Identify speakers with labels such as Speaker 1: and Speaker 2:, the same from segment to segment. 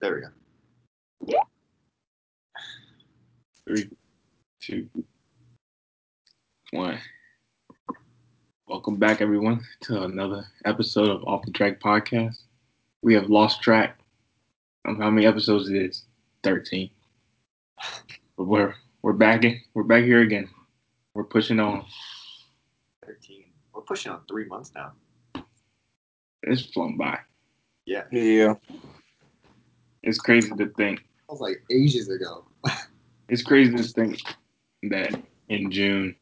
Speaker 1: There we go.
Speaker 2: Three, two, one. Welcome back, everyone, to another episode of Off the Track Podcast. We have lost track of how many episodes it is. Thirteen. But we're we're back in, we're back here again. We're pushing on.
Speaker 1: 13. We're pushing on three months now.
Speaker 2: It's flown by.
Speaker 1: Yeah. That
Speaker 3: Yeah.
Speaker 2: It's crazy to think.
Speaker 1: was like ages ago.
Speaker 2: It's crazy to think that in June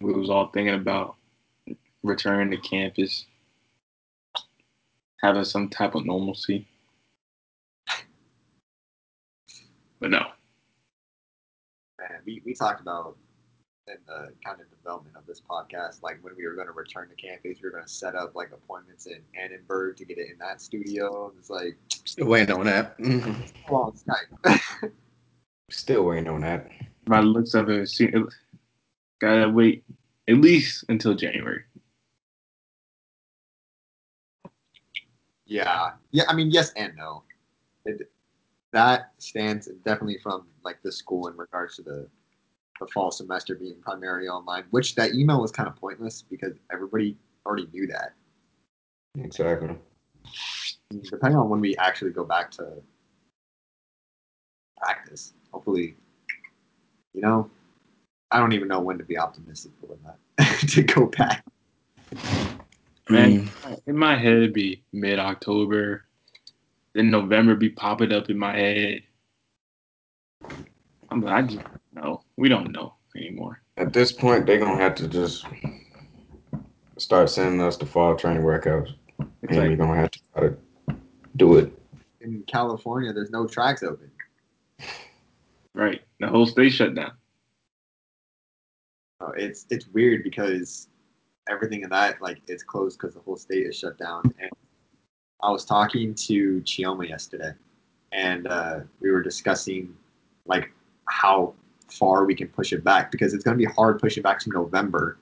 Speaker 2: we was all thinking about returning to campus, having some type of normalcy. But no,
Speaker 1: Man, we, we talked about in the kind of development of this podcast, like when we were going to return to campus, we were going to set up like appointments in Annenberg to get it in that studio. It's like,
Speaker 3: Still waiting on that. Mhm.
Speaker 1: come on, Skype.
Speaker 3: Still waiting on that.
Speaker 2: by the looks of it, see, it- gotta wait at least until January.
Speaker 1: Yeah. Yeah. I mean, yes and no. It, that stands definitely from like the school in regards to the the fall semester being primarily online, which that email was kind of pointless because everybody already knew that.
Speaker 3: Exactly.
Speaker 1: Depending on when we actually go back to practice, hopefully, you know, I don't even know when to be optimistic for that to go back.
Speaker 3: Mm.
Speaker 2: Man, in my head, it'd be mid October. Then November be popping up in my head. I'm like, I just no, we don't know anymore.
Speaker 3: At this point, they're gonna have to just start sending us the fall training workouts,
Speaker 2: It's
Speaker 3: and we're
Speaker 2: like
Speaker 3: gonna have to try to do it.
Speaker 1: In California, there's no tracks open.
Speaker 2: right, the whole state shut down.
Speaker 1: Oh, it's it's weird because everything in that like it's closed because the whole state is shut down. And I was talking to Chioma yesterday, and uh, we were discussing like how far we can push it back because it's going to be hard pushing back to November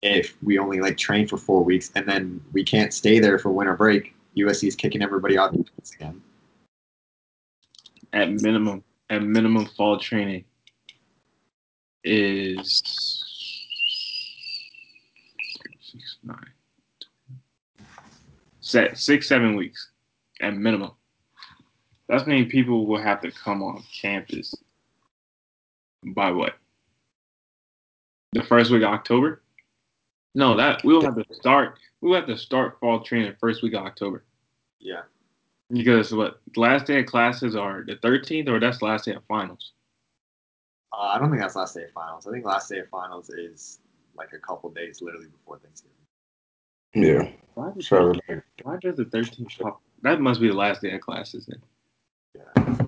Speaker 1: if we only like train for four weeks and then we can't stay there for winter break. USC is kicking everybody out again.
Speaker 2: At minimum, at minimum, fall training is six, nine, set six, seven weeks at minimum. That's many people will have to come on campus by what? The first week of October? No, that we'll have to start. We'll have to start fall training first week of October.
Speaker 1: Yeah,
Speaker 2: Because what the last day of classes are the thirteenth, or that's the last day of finals.
Speaker 1: uh, I don't think that's last day of finals. I think last day of finals is like a couple days literally before Thanksgiving.
Speaker 3: Yeah.
Speaker 2: Why does,
Speaker 3: So like,
Speaker 2: why does the thirteenth pop? That must be the last day of classes then.
Speaker 1: Yeah.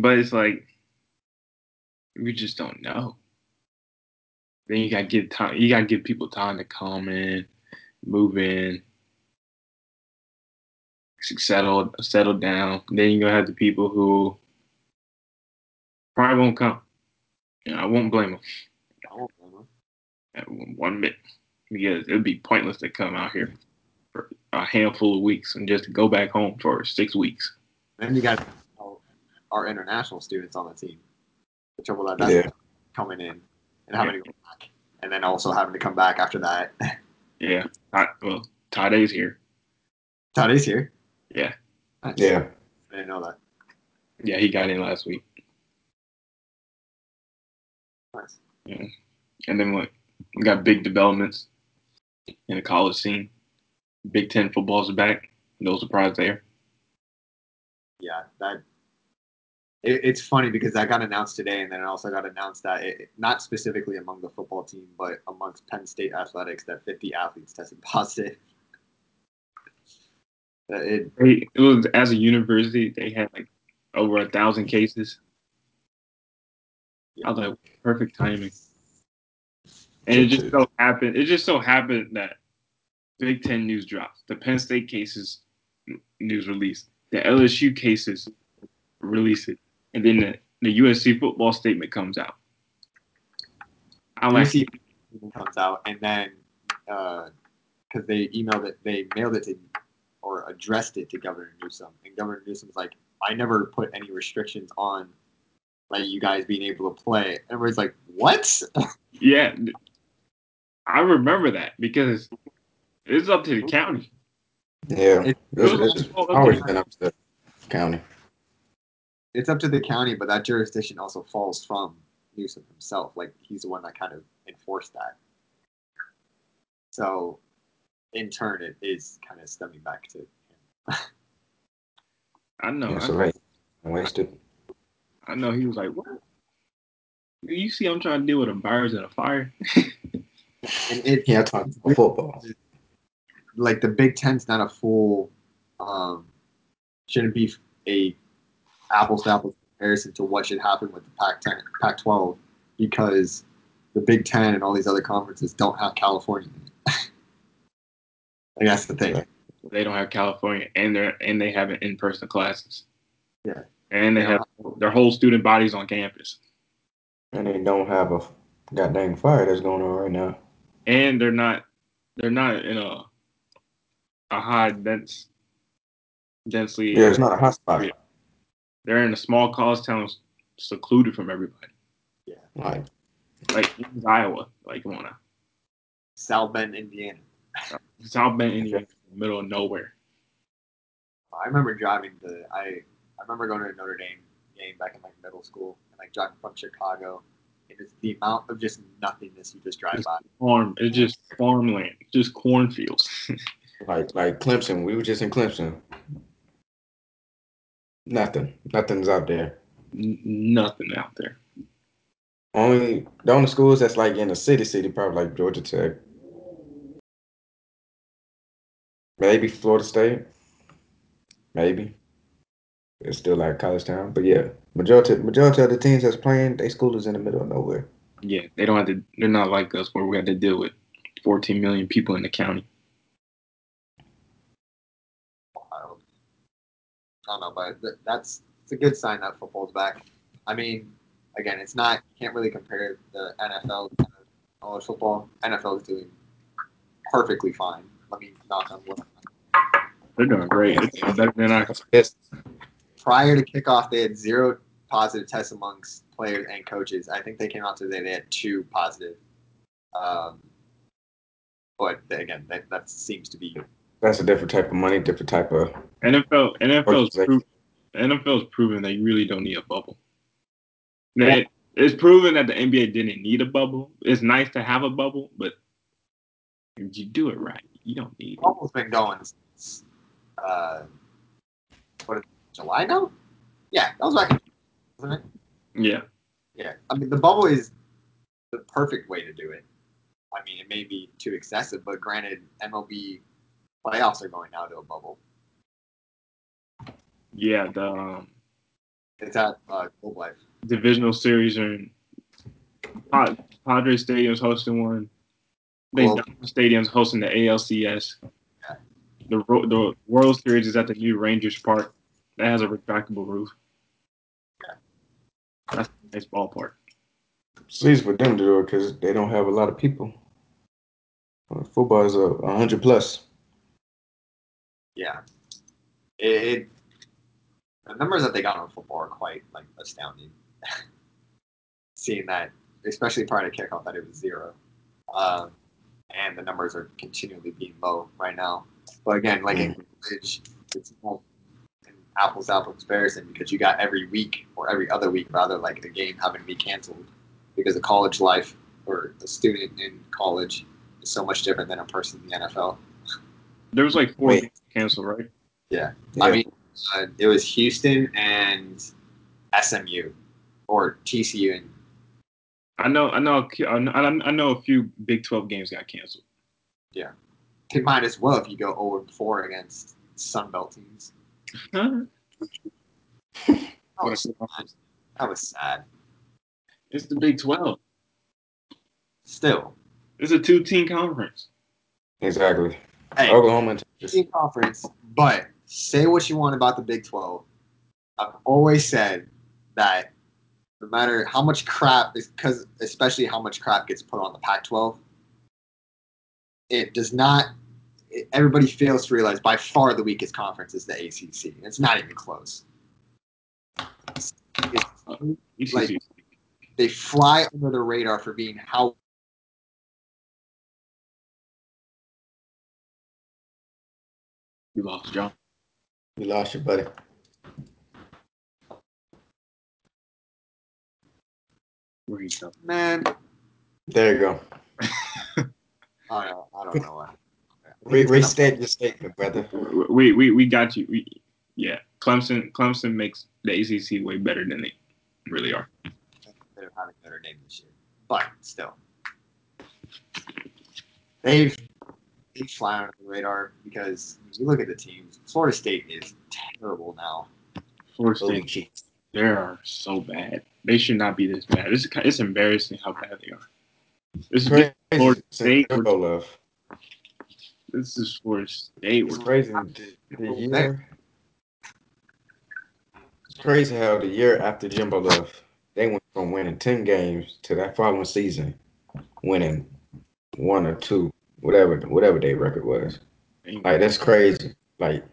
Speaker 2: But it's like we just don't know. Then you gotta give time. You gotta give people time to come in, move in, settle settle down. Then you're gonna have the people who probably won't come. And I won't blame them.
Speaker 1: I won't blame 'em.
Speaker 2: at one one bit because it would be pointless to come out here for a handful of weeks and just go back home for six weeks.
Speaker 1: Then you got our international students on the team. The trouble that that's
Speaker 3: Yeah.
Speaker 1: coming in and having to go back, and then also having to come back after that.
Speaker 2: Yeah. I, well, Tade's here.
Speaker 1: Tade's here.
Speaker 2: Yeah.
Speaker 1: Nice.
Speaker 3: yeah.
Speaker 1: I didn't know that.
Speaker 2: Yeah, he got in last week.
Speaker 1: Nice.
Speaker 2: And then what? We got big developments in the college scene. Big Ten football's back. No surprise there.
Speaker 1: Yeah, that. It, it's funny because that got announced today, and then it also got announced that it, it- not specifically among the football team, but amongst Penn State athletics, that 50 athletes tested positive. That it,
Speaker 2: They, it was as a university, they had like over a thousand cases. I was like, perfect timing. And it just so happened. It just so happened that Big Ten news drops. The Penn State cases news released. The LSU cases release it, and then the, the USC football statement comes out. I like
Speaker 1: UC uh, comes out, and then because they emailed it, they mailed it to or addressed it to Governor Newsom, and Governor Newsom's like, I never put any restrictions on like you guys being able to play. Everybody's like, what?
Speaker 2: Yeah, I remember that because it's up to the county.
Speaker 3: Yeah,
Speaker 1: It-
Speaker 3: it's,
Speaker 2: it was
Speaker 3: it's
Speaker 2: all up to
Speaker 3: always
Speaker 2: the-
Speaker 3: been up to the county.
Speaker 1: It's up to the county, but that jurisdiction also falls from Newsom himself. Like he's the one that kind of enforced that. So, in turn, it is kind of stemming back to him.
Speaker 2: I know.
Speaker 3: yeah,
Speaker 2: Oh, I-
Speaker 3: so like wasted.
Speaker 2: I know he was like, "What? You see, I'm trying to deal with a virus and a fire."
Speaker 1: And it,
Speaker 3: Yeah, talking about football.
Speaker 1: like the Big Ten's not a full, um, shouldn't be a apples to apples comparison to what should happen with the Pac ten, Pac twelve, because the Big Ten and all these other conferences don't have California. in it. like that's the thing.
Speaker 2: They don't have California, and they're and they have in person classes.
Speaker 1: Yeah.
Speaker 2: and they have their whole student bodies on campus,
Speaker 3: And they don't have a goddamn fire that's going on right now.
Speaker 2: and they're not they're not in a a high dense densely.
Speaker 3: Yeah, it's not a hot spot.
Speaker 2: Yeah. They're in a small college town, secluded from everybody,
Speaker 3: Like
Speaker 2: like Iowa. Like come on, now.
Speaker 1: South Bend, Indiana.
Speaker 2: South Bend, Indiana, middle of nowhere.
Speaker 1: I remember driving the I I remember going to a Notre Dame game back in like middle school and like driving from Chicago. And it's the amount of just nothingness you just drive by.
Speaker 2: Farm. It's just farmland. Just cornfields.
Speaker 3: like like Clemson. We were just in Clemson. Nothing. Nothing's out there.
Speaker 2: N- nothing out there.
Speaker 3: Only the only schools that's like in the city city probably like Georgia Tech. Maybe Florida State. Maybe. It's still like college town. But yeah. Majority majority of the teams that's playing, they school is in the middle of nowhere.
Speaker 2: Yeah, they don't have to. They're not like us where we have to deal with 14 million people in the county.
Speaker 1: wild. I don't know, but th- that's it's a good sign that football's back. I mean, again, it's not you can't really compare the NFL to college football. NFL is doing perfectly fine. Let me knock on wood.
Speaker 2: They're doing great. They're doing better than I.
Speaker 3: It's
Speaker 1: Prior to kickoff, they had zero positive tests amongst players and coaches. I think they came out today; they had two positive. Um, but again, that, that seems to be
Speaker 3: that's a different type of money, different type of
Speaker 2: NFL. NFL's
Speaker 3: Organization.
Speaker 2: pro- NFL's proven they really don't need a bubble. That it's proven that the NBA didn't need a bubble. It's nice to have a bubble, but if you do it right, you don't need it.
Speaker 1: almost been going since uh, what is it, July now? Yeah, that was back. in- Wasn't it?
Speaker 2: Yeah,
Speaker 1: Yeah, I mean the bubble is the perfect way to do it. I mean it may be too excessive, but granted, MLB playoffs are going now to a bubble.
Speaker 2: yeah. The um,
Speaker 1: It's at uh, Globe Life.
Speaker 2: divisional series are in Pa- Padres Stadium's hosting one. I think
Speaker 1: Well-
Speaker 2: Dodger Stadium's hosting the ALCS.
Speaker 1: Yeah.
Speaker 2: The Ro- the World Series is at the new Rangers Park. That has a retractable roof.
Speaker 1: Yeah.
Speaker 2: That's a nice ballpark.
Speaker 3: seats for them to do it because they don't have a lot of people. Uh, Football is a a hundred plus.
Speaker 1: Yeah, it, it the numbers that they got on football are quite like astounding. Seeing that, especially prior to kickoff, that it was zero, um, and the numbers are continually being low right now. But again, like in college, it's not an apples to apples comparison because you got every week or every other week rather like the game having to be canceled because the college life or a student in college is so much different than a person in the NFL.
Speaker 2: There was like four
Speaker 3: Wait.
Speaker 2: games canceled, right?
Speaker 1: I
Speaker 3: Yeah.
Speaker 1: mean, uh, it was Houston and SMU or TCU and
Speaker 2: I know, I know, I know, I know a few Big Twelve games got canceled.
Speaker 1: it might as well if you go 0 and 4 against Sunbelt teams.
Speaker 2: Huh?
Speaker 1: That was, that was sad.
Speaker 2: It's the Big Twelve.
Speaker 1: Still,
Speaker 2: It's a two-team conference.
Speaker 3: Exactly.
Speaker 1: hey,
Speaker 3: Oklahoma and Texas.
Speaker 1: team conference, but say what you want about the Big 12. I've always said that no matter how much crap, because especially how much crap gets put on the Pac 12, it does not, everybody fails to realize by far the weakest conference is the ACC. It's not even close. It's,
Speaker 2: ECC.
Speaker 1: like they fly under the radar for being how
Speaker 2: you lost John.
Speaker 3: You lost your buddy.
Speaker 2: Where he go?
Speaker 1: man.
Speaker 3: There you go.
Speaker 1: I don't, I don't know. Why.
Speaker 3: Re- restate your statement, brother.
Speaker 2: We we we got you. We, yeah, Clemson Clemson makes the ACC way better than they really are.
Speaker 1: They're having a better name this year, but still, they they fly under the radar because you look at the teams. Florida State is terrible now.
Speaker 2: Florida
Speaker 3: Holy
Speaker 2: State,
Speaker 3: cheeks.
Speaker 2: they are so bad. They should not be this bad. It's it's embarrassing how bad they are. This is
Speaker 3: Crazy.
Speaker 2: Florida State.
Speaker 3: Zero love.
Speaker 2: this is Florida State.
Speaker 3: It's crazy. The, the year. It's crazy how the year after Jimbo left, they went from winning ten games to that following season, winning one or two, whatever whatever their record was. Like that's crazy. Like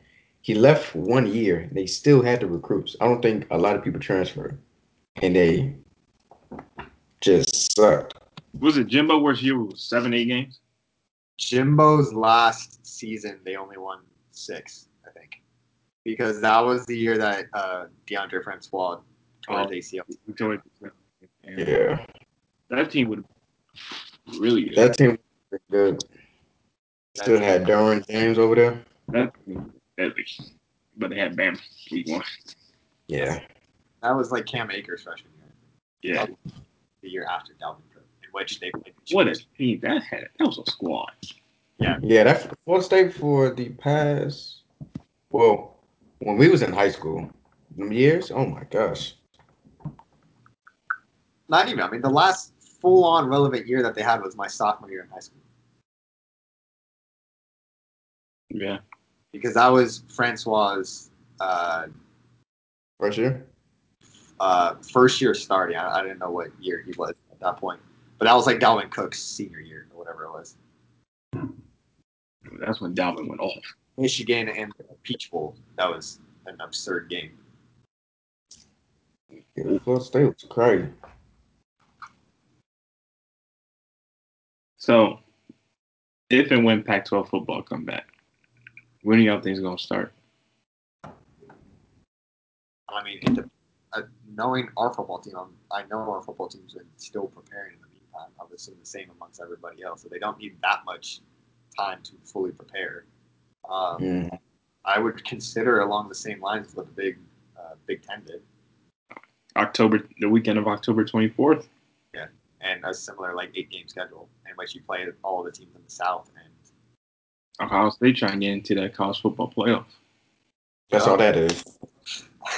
Speaker 3: he left one year. They still had the recruits. I don't think a lot of people transferred, and they just sucked.
Speaker 2: Was it Jimbo where she was seven eight games?
Speaker 1: Jimbo's last season, they only won six, I think, because that was the year that uh, DeAndre Francois tore his ACL.
Speaker 2: Victoria. Damn.
Speaker 3: Yeah,
Speaker 2: That team would really good.
Speaker 3: that team was good. Still had Darwin James over there.
Speaker 2: That team would be epic. But they had Bama week one.
Speaker 3: Yeah,
Speaker 1: That was like Cam Akers' freshman year,
Speaker 2: Yeah.
Speaker 1: the year after Dalvin Cook, in which they played.
Speaker 2: What a team that had. That was a squad.
Speaker 3: yeah. That's Florida State for the past. Well, when we was in high school, them years. Oh my gosh.
Speaker 1: Not even. I mean, the last full-on relevant year that they had was my sophomore year in high school,
Speaker 2: Yeah.
Speaker 1: because that was Francois's uh,
Speaker 3: First year.
Speaker 1: uh, first year starting. I, I didn't know what year he was at that point, but that was like Dalvin Cook's senior year or whatever it was.
Speaker 2: That's when Dalvin went off.
Speaker 1: Michigan and the Peach Bowl. That was an absurd game.
Speaker 3: Yeah, Florida State was crazy.
Speaker 2: So if and when Pac twelve football come back, when do y'all think it's gonna start?
Speaker 1: I mean, it, dep- uh, knowing our football team, um, I know our football team's been still preparing in the meantime. I would assume the same amongst everybody else. So they don't need that much time to fully prepare. Um,
Speaker 3: Mm.
Speaker 1: I would consider along the same lines as what the Big uh, Big Ten did,
Speaker 2: October the weekend of October twenty fourth?
Speaker 1: and a similar like eight game schedule in which you play all the teams in the South. And
Speaker 2: Ohio State trying to get into that college football playoff.
Speaker 3: That's all that is.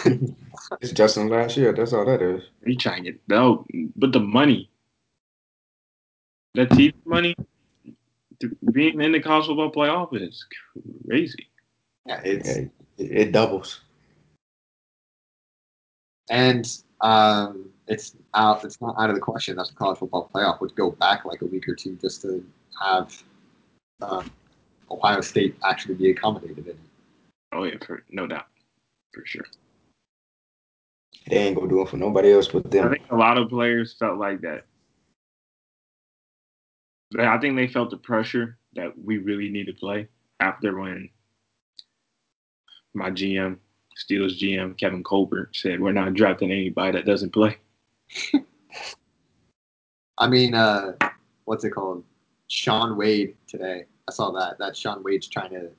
Speaker 3: it's Justin last year. That's all that is.
Speaker 2: They trying to get no, but the money, that TV money, to- being in the college football playoff is crazy.
Speaker 1: yeah, it's
Speaker 3: Yeah, it, it doubles.
Speaker 1: And um, it's out. It's not out of the question that the college football playoff would go back like a week or two just to have um, Ohio State actually be accommodated in it.
Speaker 2: Oh yeah, for no doubt, for sure.
Speaker 3: They ain't gonna do it for nobody else but
Speaker 2: I
Speaker 3: them.
Speaker 2: think a lot of players felt like that. But I think they felt the pressure that we really need to play after when my GM, Steelers GM Kevin Colbert said, "We're not drafting anybody that doesn't play."
Speaker 1: I mean, uh, what's it called? Sean Wade today. I saw that. That Sean Wade's trying to.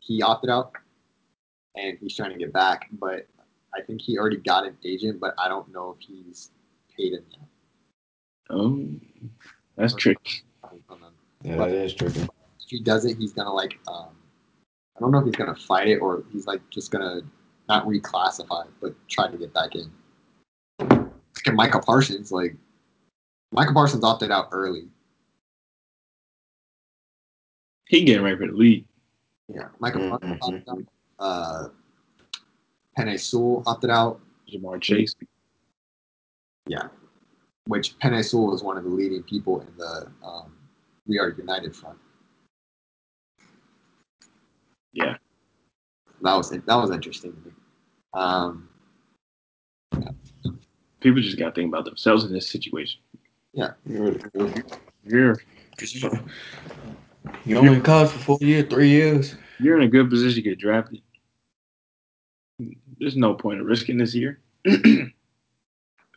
Speaker 1: He opted out, and he's trying to get back. But I think he already got an agent. But I don't know if he's paid him yet.
Speaker 2: Oh, that's tricky.
Speaker 1: I don't know.
Speaker 3: Yeah, that is tricky.
Speaker 1: if he doesn't, he's gonna like um, I don't know if he's gonna fight it or he's like just gonna not reclassify, but try to get back in. Look at Michael Parsons, like Michael Parsons opted out early.
Speaker 2: He getting ready for the league.
Speaker 1: Yeah, Michael Parsons
Speaker 3: Mhm.
Speaker 1: opted out. Uh, Penny Sewell opted out,
Speaker 2: Jamar Chase.
Speaker 1: which Penny Sewell was one of the leading people in the um, We Are United front.
Speaker 2: Yeah.
Speaker 1: That was that was interesting to me. Um,
Speaker 2: People just got to think about themselves in this situation.
Speaker 3: You really do.
Speaker 2: You're
Speaker 3: You only in college for four years, three years.
Speaker 2: you're in a good position to get drafted. There's no point of risking this year. Come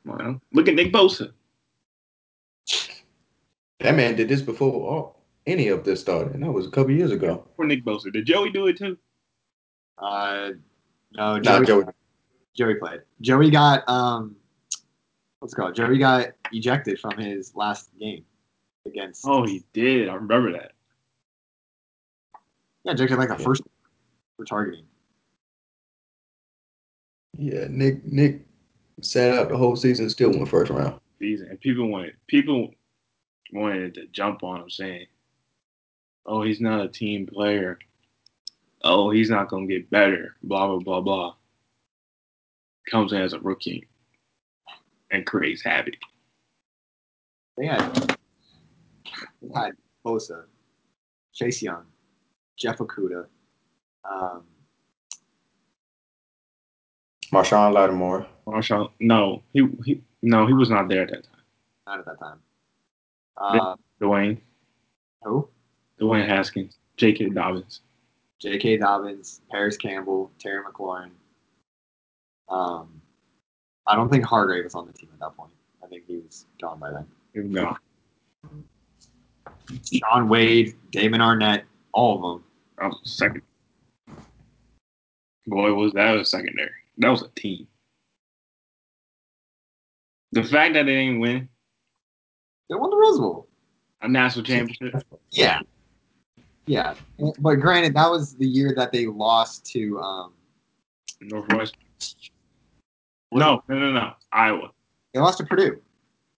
Speaker 2: on, now. look at Nick Bosa.
Speaker 3: That man did this before all, any of this started. And that was a couple years ago.
Speaker 2: Poor Nick Bosa. Did Joey do it too?
Speaker 1: uh, no,
Speaker 3: Nah,
Speaker 1: Joey,
Speaker 3: Joey.
Speaker 1: Joey played. Joey got um, what's it called? Joey got ejected from his last game against.
Speaker 2: Oh, he did. I remember that.
Speaker 1: Yeah, ejected like the first for targeting.
Speaker 3: Yeah, Nick Nick sat out the whole season and still won first round.
Speaker 2: These and people wanted people wanted to jump on him saying, "Oh, he's not a team player. Oh, he's not gonna get better." Blah blah blah blah. Comes in as a rookie and creates havoc.
Speaker 1: They had, they had Bosa, Chase Young, Jeff Okuda, um,
Speaker 3: Marshawn Lattimore.
Speaker 2: Marshawn, no, he, he no, he was not there at that time.
Speaker 1: not at that time. Uh,
Speaker 2: Dwayne,
Speaker 1: who?
Speaker 2: Dwayne Haskins, J.K. Dobbins.
Speaker 1: J.K. Dobbins, Paris Campbell, Terry McLaurin. Um, I don't think Hargrave was on the team at that point. I think he was gone by then.
Speaker 2: Here we go.
Speaker 1: Sean Wade, Damon Arnett, all of them.
Speaker 2: I was second. Boy, was that a secondary. That was a team. The fact that they didn't win
Speaker 1: They won the Rose Bowl.
Speaker 2: a national championship,
Speaker 1: Yeah. Yeah. But granted, that was the year that they lost to um,
Speaker 2: Northwest. No, no, no, no. Iowa.
Speaker 1: they lost to Purdue.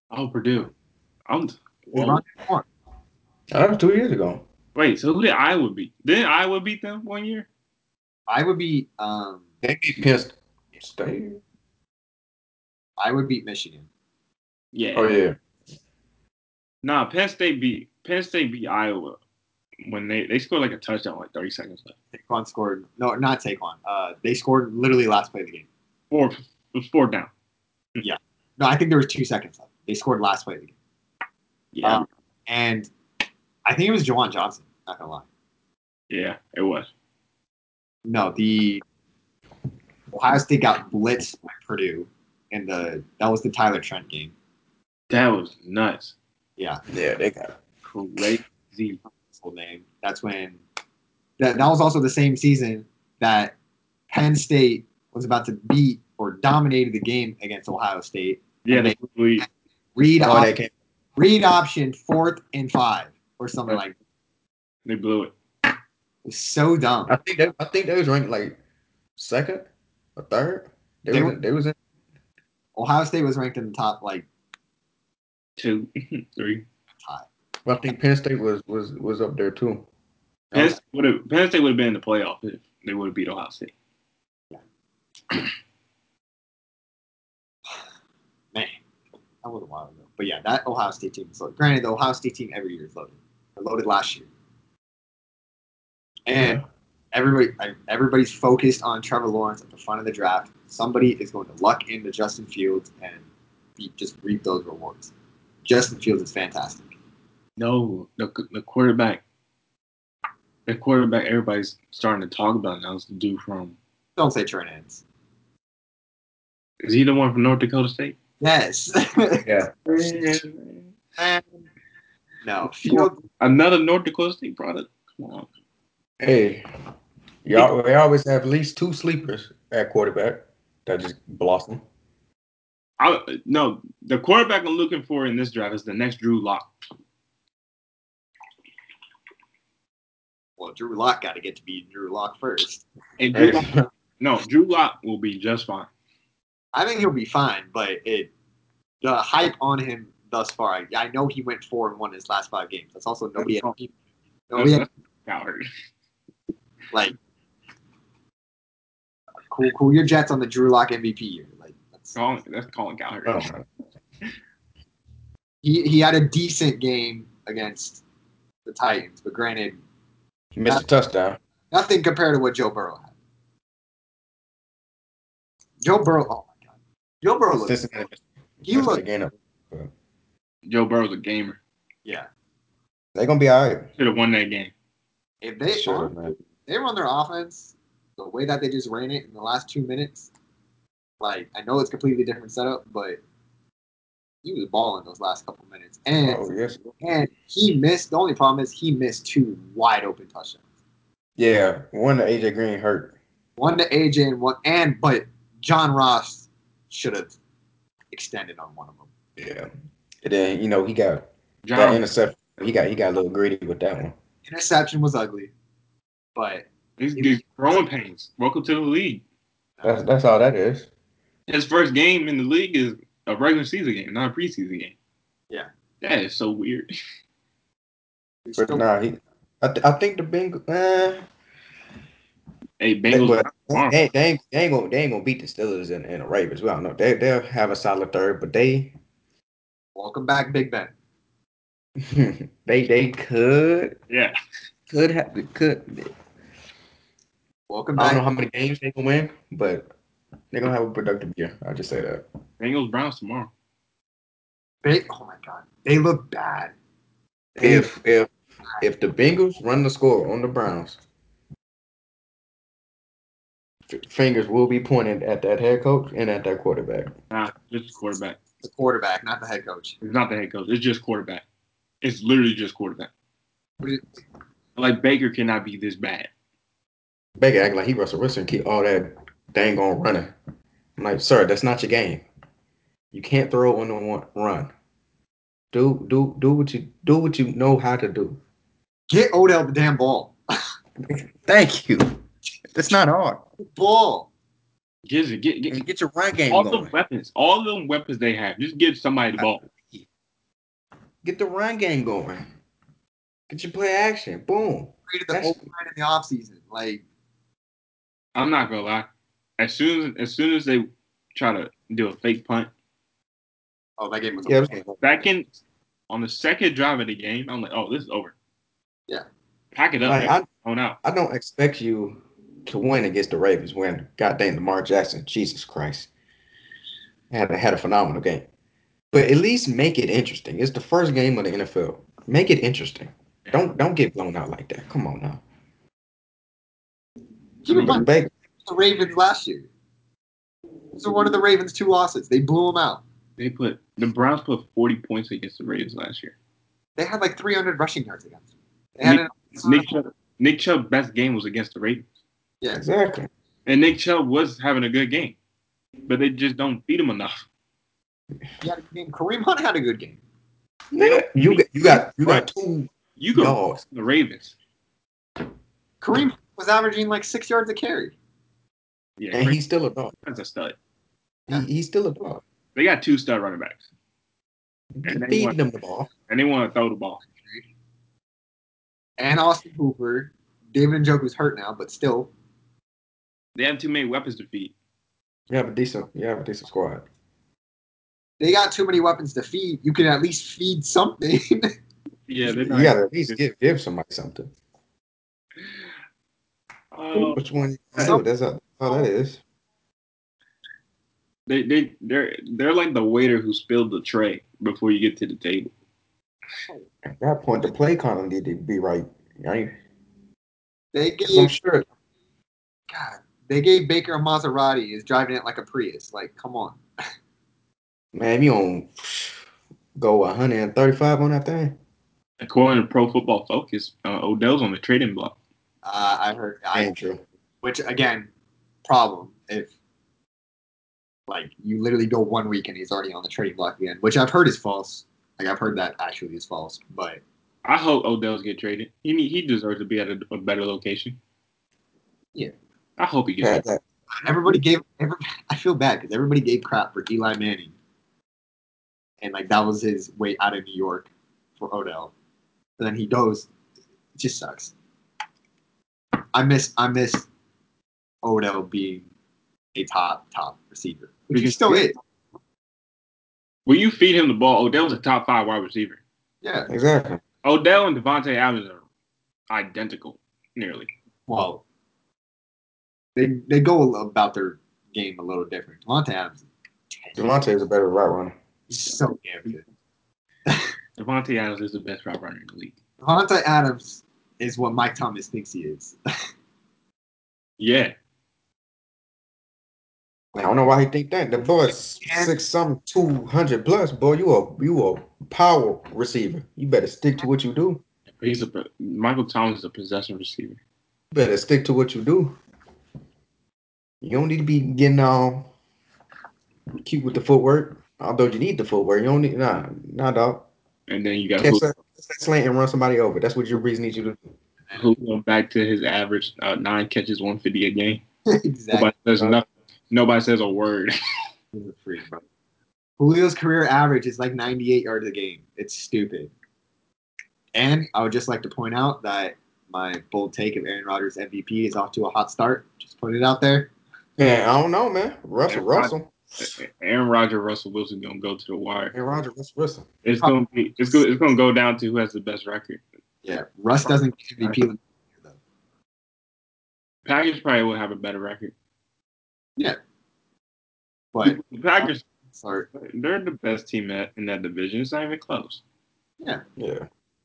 Speaker 2: Oh, Purdue. I'm,
Speaker 1: Devon
Speaker 2: whoa.
Speaker 1: Moore.
Speaker 3: That was two years ago.
Speaker 2: Wait, so who did Iowa beat? Didn't Iowa beat them one year?
Speaker 1: I would beat um,
Speaker 3: They beat Penn State.
Speaker 1: I would beat Michigan.
Speaker 2: Yeah.
Speaker 3: Oh yeah.
Speaker 2: Nah, Penn State beat Penn State beat Iowa when they they scored like a touchdown like thirty seconds left.
Speaker 1: Saquon scored no, not Saquon. Uh, they scored literally last play of the game.
Speaker 2: Four it was four down.
Speaker 1: No, I think there was two seconds left. They scored last play of the game.
Speaker 2: Yeah,
Speaker 1: Um, and I think it was Jawan Johnson. Not gonna lie.
Speaker 2: yeah, it was.
Speaker 1: No, the Ohio State got blitzed by Purdue, and the that was the Tyler Trent game.
Speaker 2: That was nuts.
Speaker 1: Yeah,
Speaker 3: Yeah, they got
Speaker 2: Crazy.
Speaker 1: full name. That's when that that was also the same season that Penn State was about to beat or dominated the game against Ohio State.
Speaker 2: Yeah, they we,
Speaker 1: Read
Speaker 3: oh,
Speaker 1: op-
Speaker 3: they came.
Speaker 1: read option fourth and five or something like. That.
Speaker 2: they blew it.
Speaker 1: It was so dumb.
Speaker 3: I think they, I think they was ranked like second or third. They,
Speaker 1: They
Speaker 3: was,
Speaker 1: were-
Speaker 3: they was in
Speaker 1: Ohio State was ranked in the top like
Speaker 2: Two, three.
Speaker 3: I think Penn State was was was up there too.
Speaker 2: Penn State would have Penn State would have been in the playoff if they would have beat Ohio State.
Speaker 1: man, that was a while ago. But yeah, that Ohio State team is loaded. Granted, the Ohio State team every year is loaded. They're loaded last year, and everybody like, everybody's focused on Trevor Lawrence at the front of the draft. Somebody is going to luck into Justin Fields and be, just reap those rewards. Justin Fields is fantastic.
Speaker 2: No, the the quarterback, the quarterback everybody's starting to talk about now is the dude from
Speaker 1: Don't say Trennan's.
Speaker 2: is he the one from North Dakota State?
Speaker 1: Yes.
Speaker 3: Yeah,
Speaker 1: no. Fields.
Speaker 2: Another North Dakota State product. Come on.
Speaker 3: Hey, y'all, we always have at least two sleepers at quarterback that just blossom.
Speaker 2: I no, the quarterback I'm looking for in this draft is the next Drew Lock.
Speaker 1: Well, Drew Lock got to get to be Drew Lock first.
Speaker 2: And Drew
Speaker 3: Hey,
Speaker 2: Lock, no, Drew Lock will be just fine.
Speaker 1: I think he'll be fine, but it the hype on him thus far. I, I know he went four and one his last five games. That's also nobody had,
Speaker 3: Oh,
Speaker 1: nobody had,
Speaker 2: That's- that's coward.
Speaker 1: like cool cool your Jets on the Drew Lock MVP year. Like that's,
Speaker 2: Colin, that's Colin Cowherd.
Speaker 3: Oh,
Speaker 1: he he had a decent game against the Titans, but granted,
Speaker 3: he missed a touchdown.
Speaker 1: Nothing compared to what Joe Burrow had. Joe Burrow, oh my god, Joe Burrow looks.
Speaker 3: Cincinnati.
Speaker 1: He
Speaker 3: That's the
Speaker 1: looked,
Speaker 3: game.
Speaker 2: Joe Burrow's a gamer.
Speaker 1: yeah.
Speaker 3: They're gonna be all right.
Speaker 2: Should have won that game.
Speaker 1: If they
Speaker 3: Sure, man.
Speaker 1: they run their offense the way that they just ran it in the last two minutes, like I know it's completely different setup, but he was balling those last couple minutes, and
Speaker 3: Oh yes.
Speaker 1: and he missed. The only problem is he missed two wide open touchdowns.
Speaker 3: Yeah, one to AJ Green hurt.
Speaker 1: One to AJ and one and but John Ross should have extended on one of them.
Speaker 3: Yeah. And then you know he got that
Speaker 2: John,
Speaker 3: interception. He got he got a little greedy with that one.
Speaker 1: Interception was ugly, but
Speaker 2: these, these growing pains. Welcome to the league.
Speaker 3: That's that's all that is.
Speaker 2: His first game in the league is a regular season game, not a preseason game.
Speaker 1: Yeah.
Speaker 2: That is so weird.
Speaker 1: we
Speaker 3: But
Speaker 1: still-
Speaker 3: nah, he. I, th- I think the Bengals. Uh,
Speaker 2: Hey,
Speaker 3: they,
Speaker 2: Bengals.
Speaker 3: but they, they, ain't, they ain't gonna they ain't gonna beat the Steelers and, and the Ravens. Well, no, they they'll have a solid third, but they
Speaker 1: welcome back, Big Ben.
Speaker 3: they they could
Speaker 2: Yeah.
Speaker 3: could have could.
Speaker 1: Welcome
Speaker 3: I don't know
Speaker 1: back.
Speaker 3: how many games they gonna win, but they're gonna have a productive year. I'll just say that.
Speaker 2: Bengals Browns tomorrow.
Speaker 1: Big, oh my god, they look bad. They-
Speaker 3: If if if the Bengals run the score on the Browns, f- fingers will be pointed at that head coach and at that quarterback.
Speaker 2: Nah, just the quarterback.
Speaker 1: the quarterback, not the head coach.
Speaker 2: It's not the head coach. It's just quarterback. It's literally just quarterback.
Speaker 1: What is-
Speaker 2: Like Baker cannot be this bad.
Speaker 3: Baker act like he Russell Wilson, keep all that dang on running. I'm like, sir, that's not your game. You can't throw on the one run. Do do do what you do what you know how to do.
Speaker 1: Get Odell the damn ball.
Speaker 3: Thank you. That's not hard.
Speaker 1: Ball.
Speaker 2: Gives it. Get,
Speaker 3: And
Speaker 2: get,
Speaker 3: Get your run game
Speaker 2: all the
Speaker 3: going.
Speaker 2: weapons. All the weapons they have. Just give somebody the ball.
Speaker 3: Get the run game going. Get your play action. Boom.
Speaker 1: Created the
Speaker 3: That's-
Speaker 1: old line in the offseason. Like
Speaker 2: I'm not gonna lie. As soon as as soon as they try to do a fake punt,
Speaker 1: oh that game was
Speaker 3: Yeah,
Speaker 1: over.
Speaker 2: second on the second drive of the game, I'm like, oh, this is over.
Speaker 1: Yeah.
Speaker 2: Pack it up.
Speaker 3: like,
Speaker 2: man.
Speaker 3: I,
Speaker 2: on out.
Speaker 3: I don't expect you to win against the Ravens when goddamn Lamar Jackson, Jesus Christ, had a, had a phenomenal game. But at least make it interesting. It's the first game of the NFL. Make it interesting. Don't don't get blown out like that. Come on now.
Speaker 1: Keep in mind
Speaker 3: Baker,
Speaker 1: the Ravens last year. Those are one of the Ravens' two losses. They blew them out.
Speaker 2: They put the Browns put 40 points against the Ravens last year.
Speaker 1: They had like 300 rushing yards against them. They had an
Speaker 2: Nick Chubb, Nick Chubb's best game was against the Ravens,
Speaker 3: exactly.
Speaker 2: and Nick Chubb was having a good game, but they just don't beat him enough.
Speaker 1: he had a game. Kareem Hunt had a good game.
Speaker 3: Nigga, You got you got you got two
Speaker 2: You go
Speaker 3: dogs.
Speaker 2: the Ravens,
Speaker 1: Kareem was averaging like six yards a carry.
Speaker 2: yeah,
Speaker 3: And he's still a dog.
Speaker 2: Kareem's a stud.
Speaker 3: He, he's still a dog.
Speaker 2: They got two stud running backs, And they
Speaker 3: Feed
Speaker 2: won.
Speaker 3: them the ball.
Speaker 2: and they want to throw the ball.
Speaker 1: And Austin Hooper. David Njoku's hurt now, but still.
Speaker 2: They have too many weapons to feed.
Speaker 3: You have a decent you have a decent squad.
Speaker 1: They got too many weapons to feed. You can at least feed something.
Speaker 2: Yeah,
Speaker 3: you
Speaker 2: they're not.
Speaker 3: gotta at least give give somebody something.
Speaker 2: Oh,
Speaker 3: Which one? I know, that's all, all that is.
Speaker 2: they they they're they're like the waiter who spilled the tray before you get to the table.
Speaker 3: At that point, the play calling need to be right. right?
Speaker 1: they gave
Speaker 3: I'm sure.
Speaker 1: God, they gave Baker a Maserati. Is driving it like a Prius. Like, come on.
Speaker 3: Man, if you don't go 135 on that thing.
Speaker 2: According to Pro Football Focus, uh, Odell's on the trading block.
Speaker 1: Uh, I heard. I,
Speaker 3: Andrew.
Speaker 1: which again, problem if like you literally go one week and he's already on the trading block again, which I've heard is false. Like I've heard that actually is false, but
Speaker 2: I hope Odell's get traded. He need, he deserves to be at a, a better location.
Speaker 1: Yeah.
Speaker 2: I hope he gets.
Speaker 3: That,
Speaker 2: traded.
Speaker 3: that,
Speaker 1: everybody gave. Every, I feel bad because everybody gave crap for Eli Manning, and like that was his way out of New York for Odell. And then he goes. It just sucks. I miss. I miss Odell being a top top receiver, which he
Speaker 2: Because-
Speaker 1: still is.
Speaker 2: Will you feed him the ball? Odell's a top five wide receiver.
Speaker 1: Yeah.
Speaker 3: exactly.
Speaker 2: Odell and Devontae Adams are identical, nearly.
Speaker 1: well, they they go about their game a little different. Devontae Adams,
Speaker 3: Devontae is a better route runner.
Speaker 1: he's so damn good.
Speaker 2: Devontae Adams is the best route runner in the league.
Speaker 1: Devontae Adams is what Mike Thomas thinks he is.
Speaker 2: Yeah,
Speaker 3: I don't know why he think that. The boy is
Speaker 1: And-
Speaker 3: six some two hundred plus. Boy, you a you a power receiver. You better stick to what you do. You
Speaker 2: he's a Michael Thomas is a possession receiver.
Speaker 3: better stick to what you do. You don't need to be getting all cute with the footwork. Although you need the footwork, you don't need nah, nah, dog.
Speaker 2: And then you got
Speaker 3: Catch
Speaker 2: who,
Speaker 3: that, catch that slant and run somebody over. That's what your reason needs you to do.
Speaker 2: who going back to his average uh, nine catches, one fifty a game.
Speaker 1: exactly.
Speaker 2: Nobody says
Speaker 3: Uh,
Speaker 2: nothing. Nobody says a word.
Speaker 1: He's a freak, bro. Julio's career average is like 98 yards a game. It's stupid. And I would just like to point out that my bold take of Aaron Rodgers MVP is off to a hot start. Just put it out there.
Speaker 3: Yeah, I don't know, man. Russell
Speaker 2: Yeah,
Speaker 3: Russell
Speaker 2: Aaron Rodgers, Russell Wilson gonna go to the wire.
Speaker 3: and Roger Russell Russell.
Speaker 2: It's gonna be it's gonna, it's gonna go down to who has the best record.
Speaker 1: Yeah, Russ doesn't get MVP. though.
Speaker 2: Packers probably will have a better record.
Speaker 1: But
Speaker 2: The Packers,
Speaker 1: sorry,
Speaker 2: they're the best team at, in that division. It's not even close.
Speaker 3: Yeah,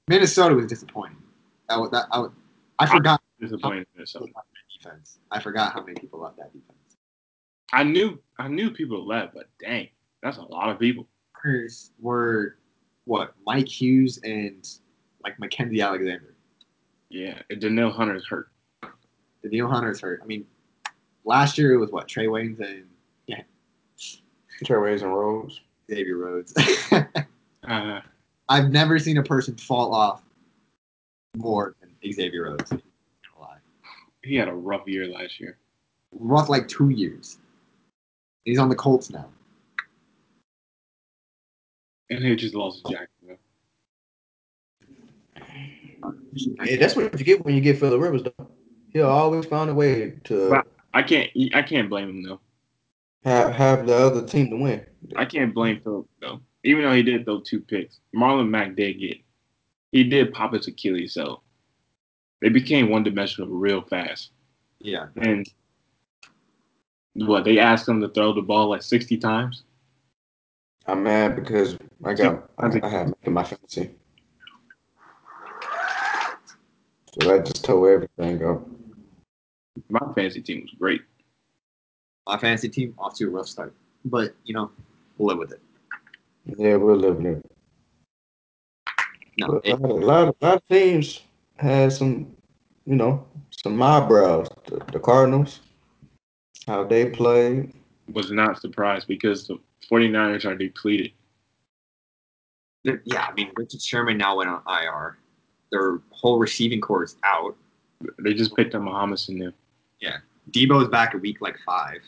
Speaker 1: Minnesota was disappointing. That, was, that I, was- I forgot
Speaker 2: Disappointed in Minnesota.
Speaker 1: defense. I forgot how many people left that defense.
Speaker 2: I knew I knew people left, but dang, that's a lot of people.
Speaker 1: Packers were what Mike Hughes and like Mackenzie Alexander.
Speaker 2: Yeah, and Danielle Hunter's hurt.
Speaker 1: The Neil Hunter's hurt. I mean, last year it was what Trey Wayne's and
Speaker 3: Trailways and Roads.
Speaker 1: Xavier Rhodes.
Speaker 2: Uh,
Speaker 1: I've never seen a person fall off more than Xavier Rhodes. I'm not gonna lie.
Speaker 2: he had a rough year last year.
Speaker 1: Rough like two years. He's on the Colts now.
Speaker 2: And he just lost to Jacksonville.
Speaker 3: Yeah, that's what you get when you get Phillip Rivers. Though. He'll always find a way to
Speaker 2: But- I can't I can't blame him though.
Speaker 3: have, have the other team to win.
Speaker 2: I can't blame Philip though. Even though he did throw two picks, Marlon Mack did get. He did pop his Achilles, so they became one dimensional real fast.
Speaker 1: Yeah.
Speaker 2: And what they asked him to throw the ball like sixty times.
Speaker 3: I'm mad because I got I, I have Mac in my fantasy, so that just tore everything up.
Speaker 2: My fantasy team was great.
Speaker 1: My fantasy team off to a rough start. But, you know, we'll live with it.
Speaker 3: Yeah, we're living it.
Speaker 1: No,
Speaker 3: But A
Speaker 1: it-
Speaker 3: lot, of- lot, of- lot of teams had some, you know, some eyebrows. The, the Cardinals, how they played.
Speaker 2: Was not surprised because the 49ers are depleted.
Speaker 1: yeah, I mean, Richard Sherman now went on IR. Their whole receiving core is out.
Speaker 2: They just picked up Muhammad Sanu.
Speaker 1: Debo's back a week like five.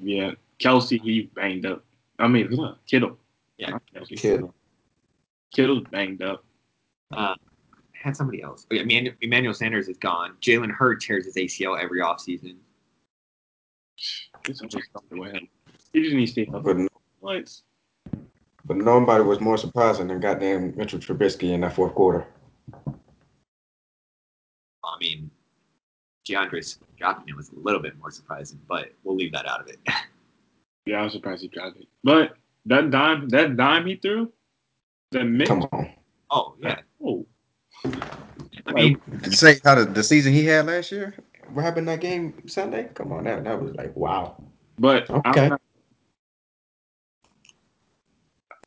Speaker 2: Yeah, Kelsey he banged up. I mean, look, Kittle.
Speaker 1: Yeah.
Speaker 2: Not Kelsey.
Speaker 3: Kittle.
Speaker 2: Kittle's banged up.
Speaker 1: Uh, had somebody else. Oh, yeah, Emmanuel, Emmanuel Sanders is gone. Jalen Hurd tears his ACL every offseason.
Speaker 2: It's always something with him. He just needs to stay healthy.
Speaker 3: But,
Speaker 2: What?
Speaker 3: but nobody was more surprising than goddamn Mitchell Trubisky in that fourth quarter.
Speaker 1: I mean, DeAndre's dropping it was a little bit more surprising, but we'll leave that out of it.
Speaker 2: Yeah, I was surprised he dropped it. But that dime, that dime he threw, the mid.
Speaker 3: Come on.
Speaker 1: Oh, yeah.
Speaker 2: Oh,
Speaker 1: I mean,
Speaker 3: Say how the, the season he had last year? What happened that game Sunday? Come on, that that was like wow.
Speaker 2: but
Speaker 3: Okay.
Speaker 2: I'm, not,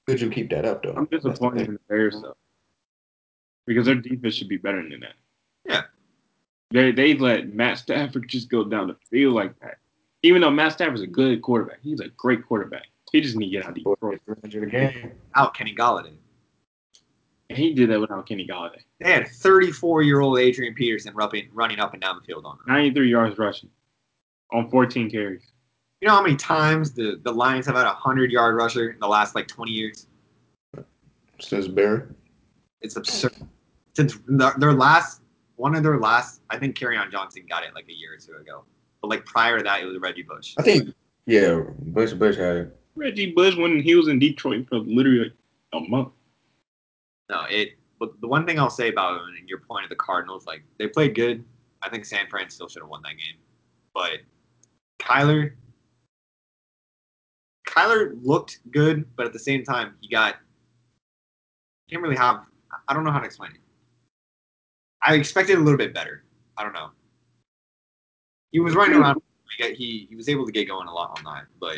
Speaker 3: Could you keep that up though?
Speaker 2: I'm disappointed in the Bears though, because their defense should be better than that.
Speaker 1: Yeah.
Speaker 2: They they let Matt Stafford just go down the field like that. Even though Matt Stafford's a good quarterback, he's a great quarterback. He just need to get out of Detroit.
Speaker 3: Manager of the game.
Speaker 1: out Kenny Galladay.
Speaker 2: And he did that without Kenny Galladay.
Speaker 1: They had 34 year old Adrian Peterson rubbing, running up and down the field on them.
Speaker 2: 93 yards rushing on 14 carries.
Speaker 1: You know how many times the, the Lions have had a 100 yard rusher in the last like 20 years?
Speaker 3: Since Barry.
Speaker 1: It's absurd. Since their, their last, one of their last, I think Carry Johnson got it like a year or two ago. But like prior to that, it was Reggie Bush.
Speaker 3: I think yeah, Bush Bush had it.
Speaker 2: Reggie Bush when he was in Detroit for literally a month.
Speaker 1: No, it. But the one thing I'll say about him, and your point of the Cardinals, like they played good. I think San Fran still should have won that game, but Kyler Kyler looked good, but at the same time he got can't really have I don't know how to explain it. I expected a little bit better. I don't know. He was running around. He he was able to get going a lot on that, but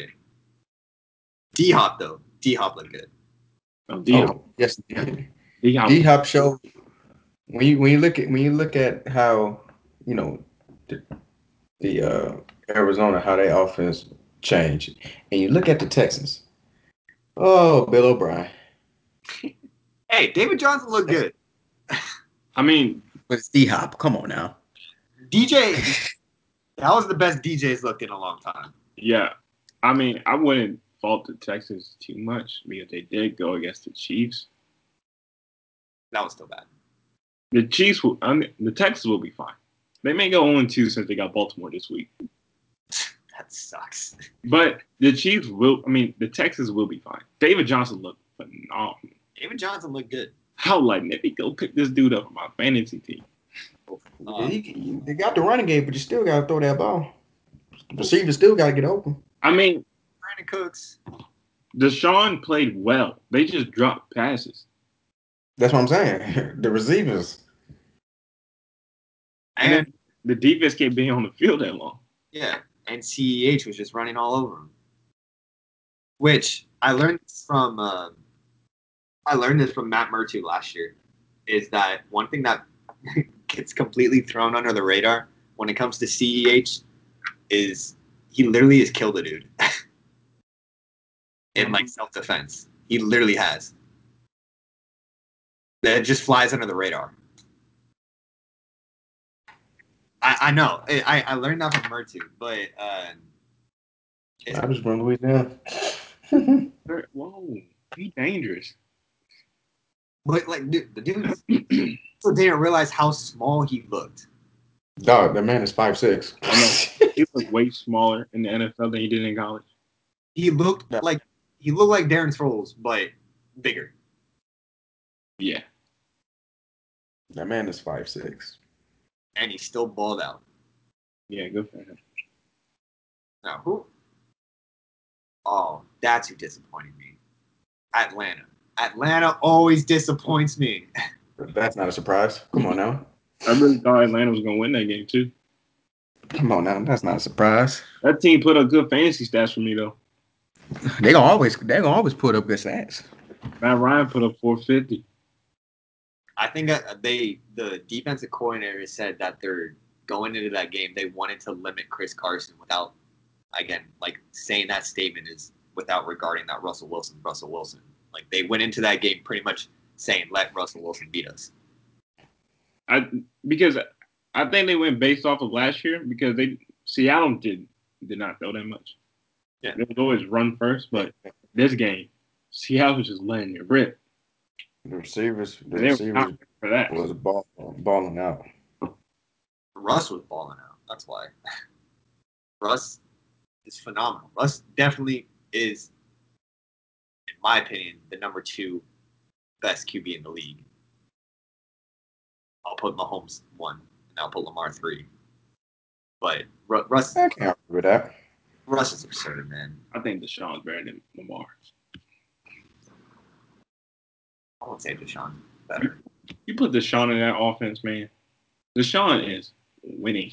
Speaker 1: D Hop though D Hop looked good.
Speaker 2: D Hop.
Speaker 3: Oh, yes,
Speaker 2: D Hop.
Speaker 3: D Hop showed when you when you look at when you look at how you know the, the uh, Arizona how they offense changed, and you look at the Texans. Oh, Bill O'Brien.
Speaker 1: Hey, David Johnson looked good.
Speaker 2: I mean,
Speaker 4: But it's D Hop. Come on now.
Speaker 1: DJ, that was the best DJ's looked in a long time.
Speaker 2: yeah. I mean, I wouldn't fault the Texans too much because they did go against the Chiefs.
Speaker 1: That was still bad.
Speaker 2: The Chiefs will, I mean, the Texans will be fine. They may go 0 2 since they got Baltimore this week.
Speaker 1: That sucks.
Speaker 2: But the Chiefs will, I mean, the Texans will be fine. David Johnson looked phenomenal.
Speaker 1: David Johnson looked good.
Speaker 2: How like, let me go pick this dude up on my fantasy team.
Speaker 1: Uh,
Speaker 3: He- they got the running game, but you still gotta throw that ball. The receiver still gotta get open.
Speaker 2: I mean,
Speaker 1: Brandon Cooks.
Speaker 2: Deshaun played well. They just dropped passes.
Speaker 3: That's what I'm saying. The receivers.
Speaker 2: And
Speaker 1: And
Speaker 2: The defense can't be on the field that long.
Speaker 1: yeah, and CEH was just running all over him. Which I learned from uh, I learned this from Matt Murtu last year is that one thing that gets completely thrown under the radar when it comes to CEH is he literally has killed a dude in like self defense. He literally has. That just flies under the radar. I, I know. I, I- I learned that from Murtu, but uh,
Speaker 3: I just run away down.
Speaker 2: They're- Whoa, he dangerous.
Speaker 1: but like dude, the dude still didn't realize how small he looked.
Speaker 3: Dog, that man is five six.
Speaker 2: I He was way smaller in the NFL than he did in college.
Speaker 1: He looked
Speaker 3: Yeah.
Speaker 1: like he looked like Darren Sproles, but bigger.
Speaker 2: Yeah.
Speaker 3: that man is five six.
Speaker 1: and he still balled out.
Speaker 2: Yeah, good for him.
Speaker 1: Now who? Oh, that's who disappointed me. Atlanta. Atlanta always disappoints me.
Speaker 3: That's not a surprise. Come on now.
Speaker 2: I really thought Atlanta was gonna win that game too.
Speaker 3: Come on now. That's not a surprise.
Speaker 2: That team put up good fantasy stats for me though.
Speaker 4: They gonna always they gonna always put up good stats.
Speaker 2: Matt Ryan put up 450.
Speaker 1: I think uh, they the defensive coordinator said that they're going into that game they wanted to limit Chris Carson without again like saying that statement is without regarding that Russell Wilson Russell Wilson. Like they went into that game pretty much saying let Russell Wilson beat us.
Speaker 2: I because I think they went based off of last year because they Seattle did did not throw that much.
Speaker 1: Yeah.
Speaker 2: they would always run first, but this game Seattle was just letting it rip.
Speaker 3: The receivers, the
Speaker 2: They were
Speaker 3: receivers
Speaker 2: not for that.
Speaker 3: was ball, balling out.
Speaker 1: Russ was balling out. That's why. Russ is phenomenal. Russ definitely is, in my opinion, the number two best QB in the league. I'll put Mahomes one, and I'll put Lamar three. But Ru- Russ,
Speaker 3: I can't argue with that.
Speaker 1: Russ is absurd, man.
Speaker 2: I think Deshaun's better than Lamar.
Speaker 1: I won't say Deshaun better.
Speaker 2: You put Deshaun in that offense, man. Deshaun is winning.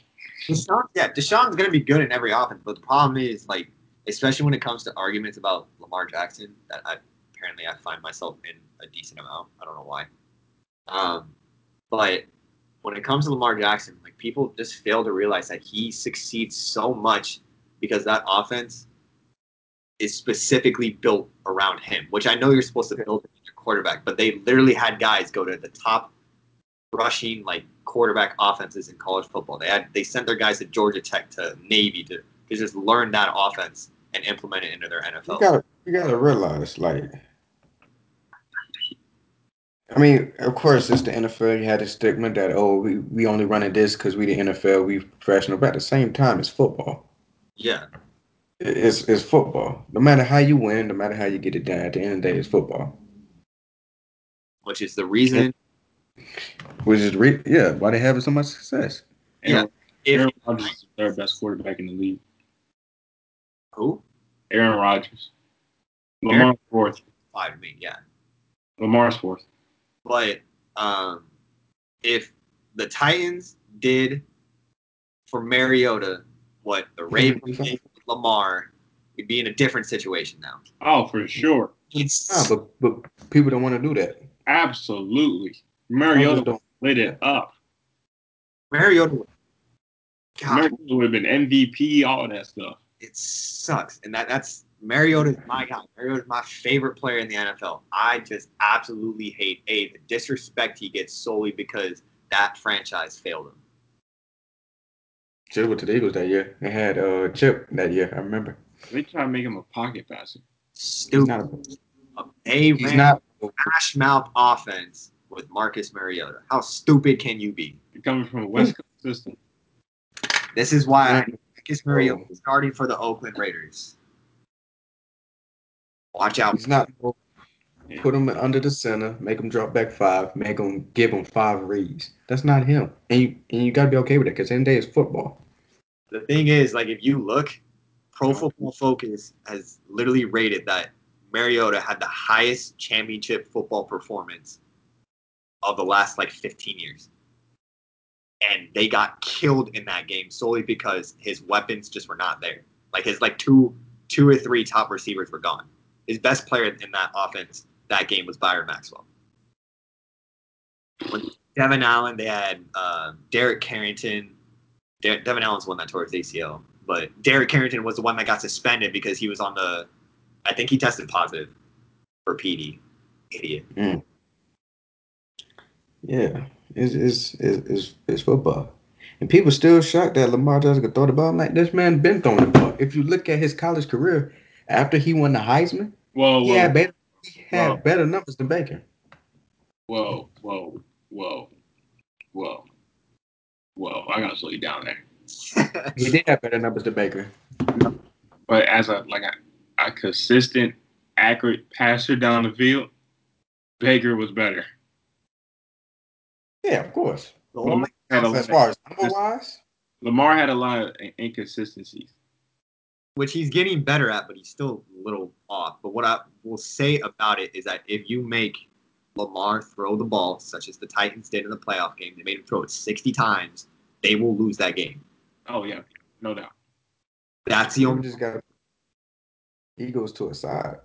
Speaker 1: Deshaun, yeah, Deshaun's gonna be good in every offense, but the problem is like, especially when it comes to arguments about Lamar Jackson, that I apparently I find myself in a decent amount. I don't know why. Um, but when it comes to Lamar Jackson, like people just fail to realize that he succeeds so much because that offense is specifically built around him, which I know you're supposed to build in your quarterback, but they literally had guys go to the top rushing like quarterback offenses in college football. They had they sent their guys to Georgia Tech to Navy to, to just learn that offense and implement it into their
Speaker 3: You
Speaker 1: NFL.
Speaker 3: gotta, you gotta realize, like, I mean, of course, it's the NFL. You had the stigma that oh, we, we only running this because we the NFL, we professional. But at the same time, it's football.
Speaker 1: yeah.
Speaker 3: It- It's it's football. No matter how you win, no matter how you get it done, at the end of the day, it's football.
Speaker 1: Which is the reason
Speaker 3: Which is re- yeah, why they having so much success.
Speaker 2: Aaron,
Speaker 1: Yeah, if-
Speaker 2: Aaron Rodgers is their best quarterback in the league.
Speaker 1: Who?
Speaker 2: Aaron Rodgers. Lamar fourth.
Speaker 1: I mean, yeah.
Speaker 2: Lamar's fourth.
Speaker 1: But um, if the Titans did for Mariota what the
Speaker 3: Mm-hmm.
Speaker 1: Ravens did with Lamar, we'd be in a different situation now.
Speaker 2: Oh, for sure.
Speaker 3: Nah,
Speaker 1: It's
Speaker 3: Ah, but but people don't want to do that.
Speaker 2: Absolutely.
Speaker 3: People
Speaker 2: Mariota
Speaker 3: don't.
Speaker 2: lit it up.
Speaker 1: Mariota. God,
Speaker 2: Mariota would have been MVP, all of that stuff.
Speaker 1: it sucks, and that that's Mariota is my guy. Mariota is my favorite player in the NFL. I just absolutely hate a the disrespect he gets solely because that franchise failed him.
Speaker 3: Chip went to the Eagles that year. They had uh Chip that year. I remember.
Speaker 2: They try to make him a pocket passer.
Speaker 3: He's
Speaker 1: Stupid.
Speaker 3: not.
Speaker 1: They
Speaker 3: He's
Speaker 1: ran
Speaker 3: not.
Speaker 1: Ash mouth offense with Marcus Mariota. How stupid can you be?
Speaker 2: They're coming from a West Coast system.
Speaker 1: This is why I think Marcus Mariota
Speaker 3: Oh.
Speaker 1: is starting for the Oakland Raiders. Watch out.
Speaker 3: He's not. Put him under the center. Make him drop back five. Make him give him five reads. That's not him. And you and you gotta be okay with that because end of the day is football.
Speaker 1: The thing is, like, if you look, Pro Football Focus has literally rated that Mariota had the highest championship football performance of the last, like, 15 years. And they got killed in that game solely because his weapons just were not there. Like, his, like, two two or three top receivers were gone. His best player in that offense that game was Byron Maxwell. When Devin Allen, they had uh, Derek Carrington. Der- Devin Allen's the one that tore his ACL, but Derek Carrington was the one that got suspended because he was on the. I think he tested positive for PD. Idiot.
Speaker 3: Yeah, it's it's it's, it's, it's football. And people still shocked that Lamar Jackson could throw the ball. I'm like, this man been throwing the ball. If you look at his college career, after he won the Heisman,
Speaker 2: Whoa,
Speaker 4: Oh,
Speaker 3: he
Speaker 2: whoa,
Speaker 3: had better, he had
Speaker 2: Wow.
Speaker 3: better numbers than Baker.
Speaker 2: whoa, whoa, whoa, whoa, whoa. I gotta slow you down there.
Speaker 3: He did have better numbers than Baker.
Speaker 2: But as a like a, a consistent, accurate passer down the field, Baker was better.
Speaker 3: Yeah, of course.
Speaker 1: The
Speaker 2: Lamar
Speaker 1: only-
Speaker 2: had a
Speaker 3: as
Speaker 2: lot of,
Speaker 3: far as number wise,
Speaker 2: Lamar had a lot of in- inconsistencies.
Speaker 1: which he's getting better at, but he's still a little off. But what I will say about it is that if you make Lamar throw the ball, such as the Titans did in the playoff game, they made him throw it 60 times, they will lose that game.
Speaker 2: Oh yeah, no doubt.
Speaker 1: That's the
Speaker 3: you
Speaker 1: only.
Speaker 3: just got egos to a side.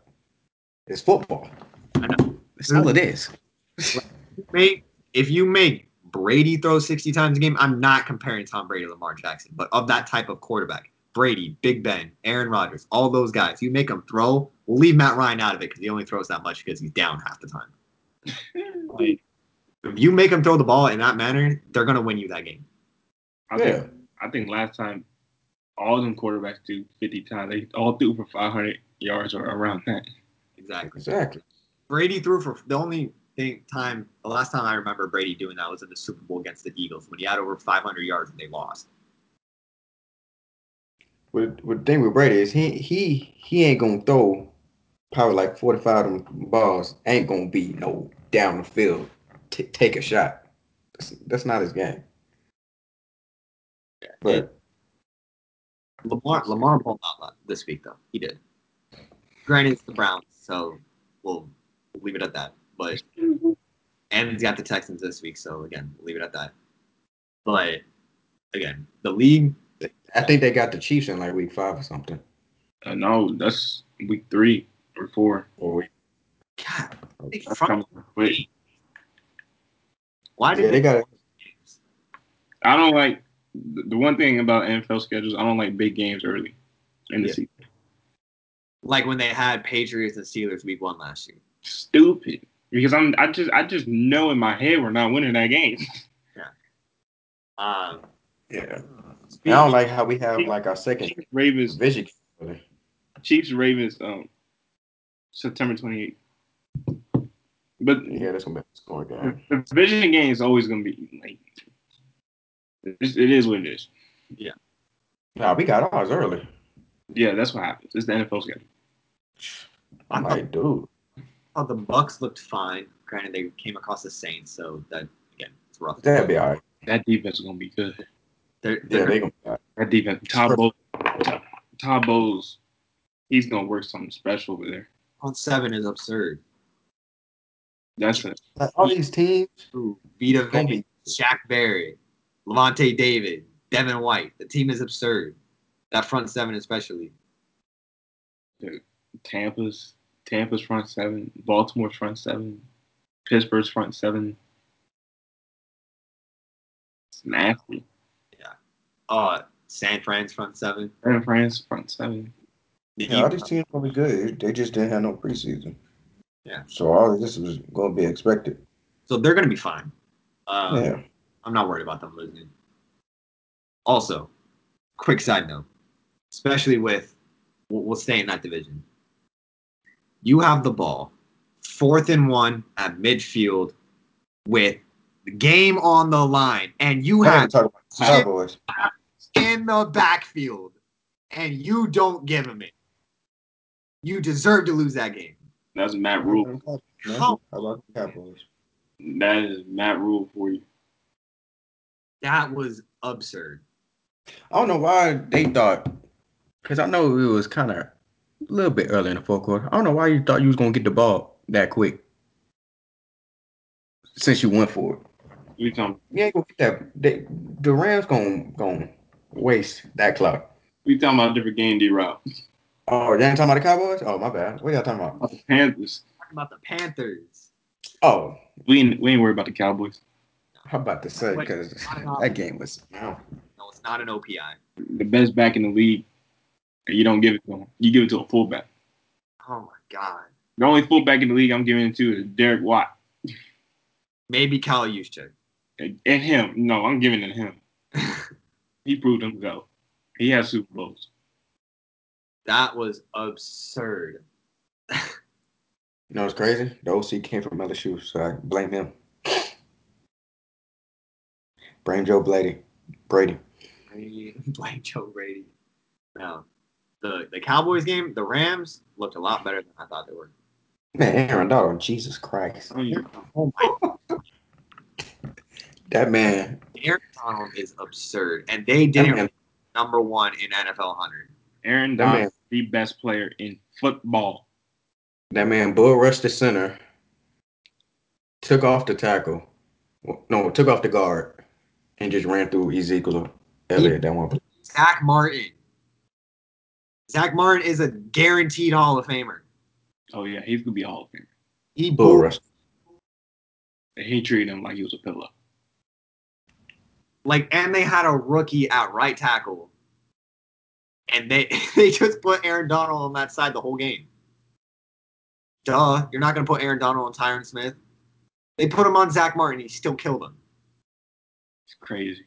Speaker 3: It's football.
Speaker 4: That's all it is.
Speaker 1: make if you make Brady throw 60 times a game, I'm not comparing Tom Brady to Lamar Jackson, but of that type of quarterback, Brady, Big Ben, Aaron Rodgers, all those guys, you make them throw, we'll leave Matt Ryan out of it because he only throws that much because he's down half the time.
Speaker 2: Like,
Speaker 1: If you make them throw the ball in that manner, they're going to win you that game.
Speaker 2: I
Speaker 3: yeah.
Speaker 2: think I think last time all them quarterbacks threw fifty times. They all threw for five hundred yards or around that.
Speaker 1: Exactly.
Speaker 3: Exactly.
Speaker 1: Brady threw for the only thing time, the last time I remember Brady doing that was in the Super Bowl against the Eagles when he had over 500 yards and they lost.
Speaker 3: With with the thing with Brady is he he he ain't gonna throw probably like forty five of them balls. Ain't gonna be no down the field. T- take a shot. That's, that's not his game. But
Speaker 1: Lamar Lamar balled out lot this week though. He did. Granted, it's the Browns, so we'll leave it at that. But and he's got the Texans this week, so again, we'll leave it at that. But again, the league
Speaker 3: I think they got the Chiefs in like week five or something.
Speaker 2: Uh, no, that's week three or four.
Speaker 3: Or week.
Speaker 1: God, they
Speaker 2: That's
Speaker 1: front-
Speaker 2: coming quick.
Speaker 1: why
Speaker 3: Yeah,
Speaker 1: did
Speaker 3: they got
Speaker 2: I don't like the the one thing about NFL schedules. I don't like big games early in the
Speaker 1: Yeah.
Speaker 2: season.
Speaker 1: like when they had Patriots and Steelers week one last year?
Speaker 2: Stupid. Because I'm, I just, I just know in my head we're not winning that game.
Speaker 1: Um
Speaker 3: yeah. And I don't like how we have like our second
Speaker 2: Ravens,
Speaker 3: division.
Speaker 2: Chiefs, Ravens, um, September 28th. But
Speaker 3: Yeah, that's gonna be a score game.
Speaker 2: the division game is always going to be like, it's- it is what it is.
Speaker 3: Nah, we got ours early.
Speaker 2: Yeah, that's what happens. It's the NFL schedule.
Speaker 1: I
Speaker 3: I'm like, dude.
Speaker 1: thought the Bucks looked fine. Granted, they came across the Saints, so that again, it's rough.
Speaker 3: That'd be all right.
Speaker 2: That defense is going to be good.
Speaker 1: They're,
Speaker 3: Yeah,
Speaker 1: they're,
Speaker 3: they gonna. All
Speaker 2: That defense, Todd Bowles, Todd- Todd Bowles, he's gonna work something special over there.
Speaker 1: on seven is absurd.
Speaker 2: That's it.
Speaker 3: these teams.
Speaker 1: Ooh, Vita
Speaker 3: Don't
Speaker 1: Vey, Shaq Barry, Levante David, Devin White. The team is absurd. That front seven, especially.
Speaker 2: Tampa's Tampa's front seven, Baltimore's front seven, Pittsburgh's front seven. It's nasty.
Speaker 1: Uh, San Fran's front seven.
Speaker 2: And France front seven.
Speaker 1: The
Speaker 3: Yeah, all
Speaker 1: Eagles-
Speaker 3: these teams gonna be good. They just didn't have no preseason.
Speaker 1: Yeah.
Speaker 3: So all of this was gonna be expected.
Speaker 1: so they're gonna be fine. Uh,
Speaker 3: yeah.
Speaker 1: I'm not worried about them losing. Also, quick side note, especially with, we'll, we'll stay in that division. You have the ball, fourth and one at midfield, with the game on the line, and you
Speaker 3: We have
Speaker 1: have
Speaker 3: to talk about the Cowboys.
Speaker 1: in the backfield, and you don't give him it. You deserve to lose that game.
Speaker 2: That's Matt Rule.
Speaker 3: Man, How about the Cowboys?
Speaker 2: That is Matt Rule for you.
Speaker 1: That was absurd.
Speaker 3: I don't know why they thought
Speaker 4: Because I know it was kind of a little bit early in the fourth quarter. I don't know why you thought you was gonna get the ball that quick. Since you went for it,
Speaker 2: We talking
Speaker 3: you ain't gonna get that. They, the Rams gonna gonna waste that clock.
Speaker 2: we talking about a different game, D Rob.
Speaker 3: Oh, y'all ain't talking about the Cowboys? Oh, my bad. What y'all talking about?
Speaker 2: Panthers.
Speaker 1: Talking about the Panthers.
Speaker 3: Oh,
Speaker 2: We ain't, we ain't worried about the Cowboys.
Speaker 3: I'm about to say because
Speaker 1: Um,
Speaker 4: that game was.
Speaker 3: now
Speaker 1: No, it's not an OPI.
Speaker 2: The best back in the league. You don't give it to him. You give it to a fullback.
Speaker 1: Oh my god.
Speaker 2: The only fullback in the league I'm giving it to is Derek Watt.
Speaker 1: Maybe Kyle Juszczyk.
Speaker 2: And him. No, I'm giving it to him. he proved himself. He has Super Bowls.
Speaker 1: That was absurd.
Speaker 3: you know it's crazy. The OC came from LSU, so I blame him. Blame Joe Brady. Brady.
Speaker 1: I mean, Blame Joe Brady. No. The the Cowboys game, the Rams looked a lot better than I thought they were.
Speaker 3: Man, Aaron Donald. Jesus Christ.
Speaker 2: I don't even-
Speaker 1: Oh my
Speaker 3: That man.
Speaker 1: Aaron Donald is absurd. And they
Speaker 3: That
Speaker 1: didn't
Speaker 3: man.
Speaker 1: number one in NFL hundred.
Speaker 2: Aaron
Speaker 3: That man.
Speaker 2: Donald, the best player in football.
Speaker 3: That man bull rushed the center. Took off the tackle. No, took off the guard, and just ran through Ezekiel Elliott. That one.
Speaker 1: Zach Martin. Zach Martin is a guaranteed Hall of Famer.
Speaker 2: Oh yeah, he's gonna be a Hall of Famer.
Speaker 1: He
Speaker 3: Bull
Speaker 1: bull-
Speaker 3: rush.
Speaker 2: And He treated him like he was a pillow.
Speaker 1: like, and they had a rookie at right tackle, and they they just put Aaron Donald on that side the whole game. Duh, you're not gonna put Aaron Donald on Tyron Smith. They put him on Zach Martin. He still killed him.
Speaker 2: It's crazy.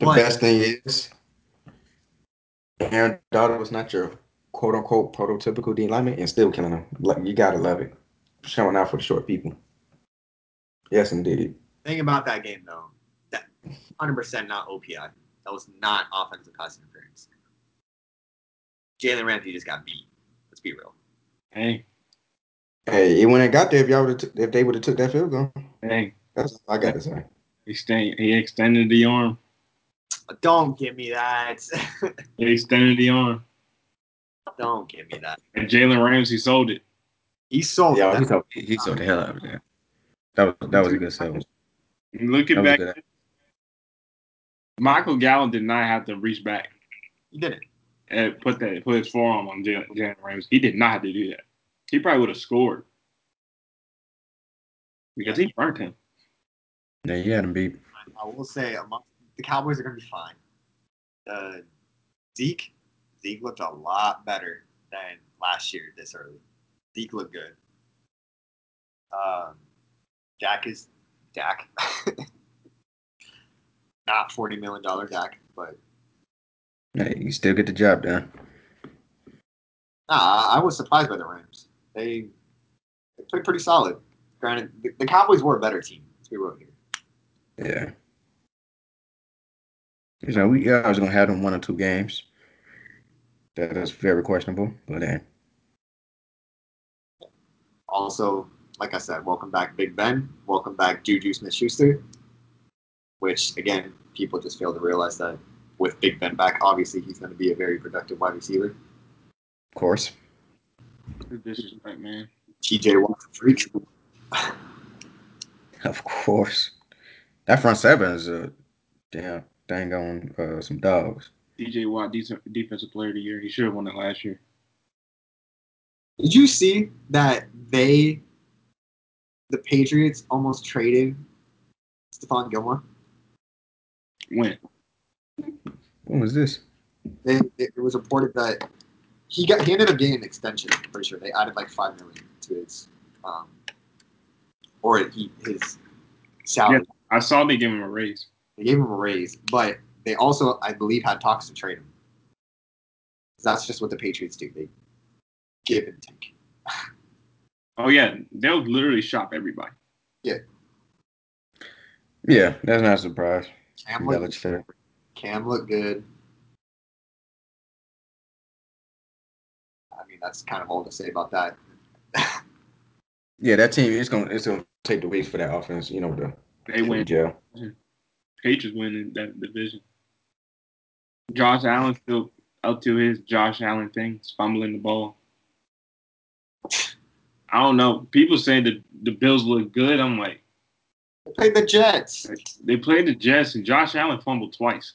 Speaker 3: The
Speaker 1: What?
Speaker 3: best thing is, Aaron Donald was not your quote unquote prototypical D lineman and still killing him. Like you gotta love it. Showing out for the short people. Yes, indeed.
Speaker 1: Thing about that game though, that 100 percent not OPI. That was not offensive pass interference. Jalen Ramsey just got beat. Let's be real.
Speaker 2: Hey,
Speaker 3: Hey, it wouldn't have got there if y'all would have if they would have took that field goal.
Speaker 2: hey,
Speaker 3: That's all I gotta say.
Speaker 2: he stay, he extended the arm.
Speaker 1: Don't give me that.
Speaker 2: He extended the arm.
Speaker 1: Don't give me that.
Speaker 2: And Jalen Ramsey sold it.
Speaker 1: He sold
Speaker 3: Yeah,
Speaker 1: that.
Speaker 4: He sold, he sold the hell out of that. That was that was a good sell.
Speaker 2: And Look at
Speaker 4: That was
Speaker 2: back.
Speaker 4: good.
Speaker 2: Michael Gallup did not have to reach back
Speaker 1: He did it.
Speaker 2: and put that put his forearm on Jalen Jalen Ramsey. He did not have to do that. He probably would have scored. Because he burnt him.
Speaker 4: Yeah, you had him beat.
Speaker 1: I will say among, the Cowboys are going to be fine. Uh, Zeke, Zeke looked a lot better than last year this early. Zeke looked good. Um, Dak is Dak. Not forty million dollar Dak, but
Speaker 4: Hey, you still get the job done.
Speaker 1: nah, I- I was surprised by the Rams. They they played pretty solid. Granted, the, the Cowboys were a better team. Let's be real here.
Speaker 4: Yeah. You know, we always gonna have them one or two games. That is very questionable, but hey,
Speaker 1: Also, like I said, welcome back Big Ben. Welcome back Juju Smith Schuster. Which again, people just fail to realize that with Big Ben back, obviously he's going to be a very productive wide receiver.
Speaker 4: Of course.
Speaker 2: Disrespect, man.
Speaker 1: TJ Watt, freak. show.
Speaker 4: Of course. That front seven is a damn thing on uh, some dogs.
Speaker 2: DJ Watt, decent defensive player of the year. He should have won it last year.
Speaker 1: Did you see that they, the Patriots, almost traded Stephon Gilmore?
Speaker 2: When?
Speaker 4: When was this?
Speaker 1: They, they, it was reported that he got he ended up getting an extension. I'm pretty sure they added like five million to his, um, or he, his salary.
Speaker 2: I saw they give him a raise.
Speaker 1: They gave him a raise, but they also, I believe, had talks to trade him. That's just what the Patriots do. They give and take.
Speaker 2: Oh yeah, they'll literally shop everybody.
Speaker 4: Yeah, that's not a surprise.
Speaker 1: Cam looked,
Speaker 4: Belichick.
Speaker 1: Cam looked good. I mean, that's kind of all to say about that.
Speaker 4: Yeah, that team is
Speaker 3: gonna
Speaker 4: going.
Speaker 3: it's gonna take the weeks for that offense, you know, to
Speaker 2: They win.
Speaker 3: gel.
Speaker 2: Patriots win in that division. Josh Allen still up to his Josh Allen thing, he's fumbling the ball. I don't know. People say that the Bills look good. I'm like,
Speaker 1: They played the Jets.
Speaker 2: they played the Jets and Josh Allen fumbled twice.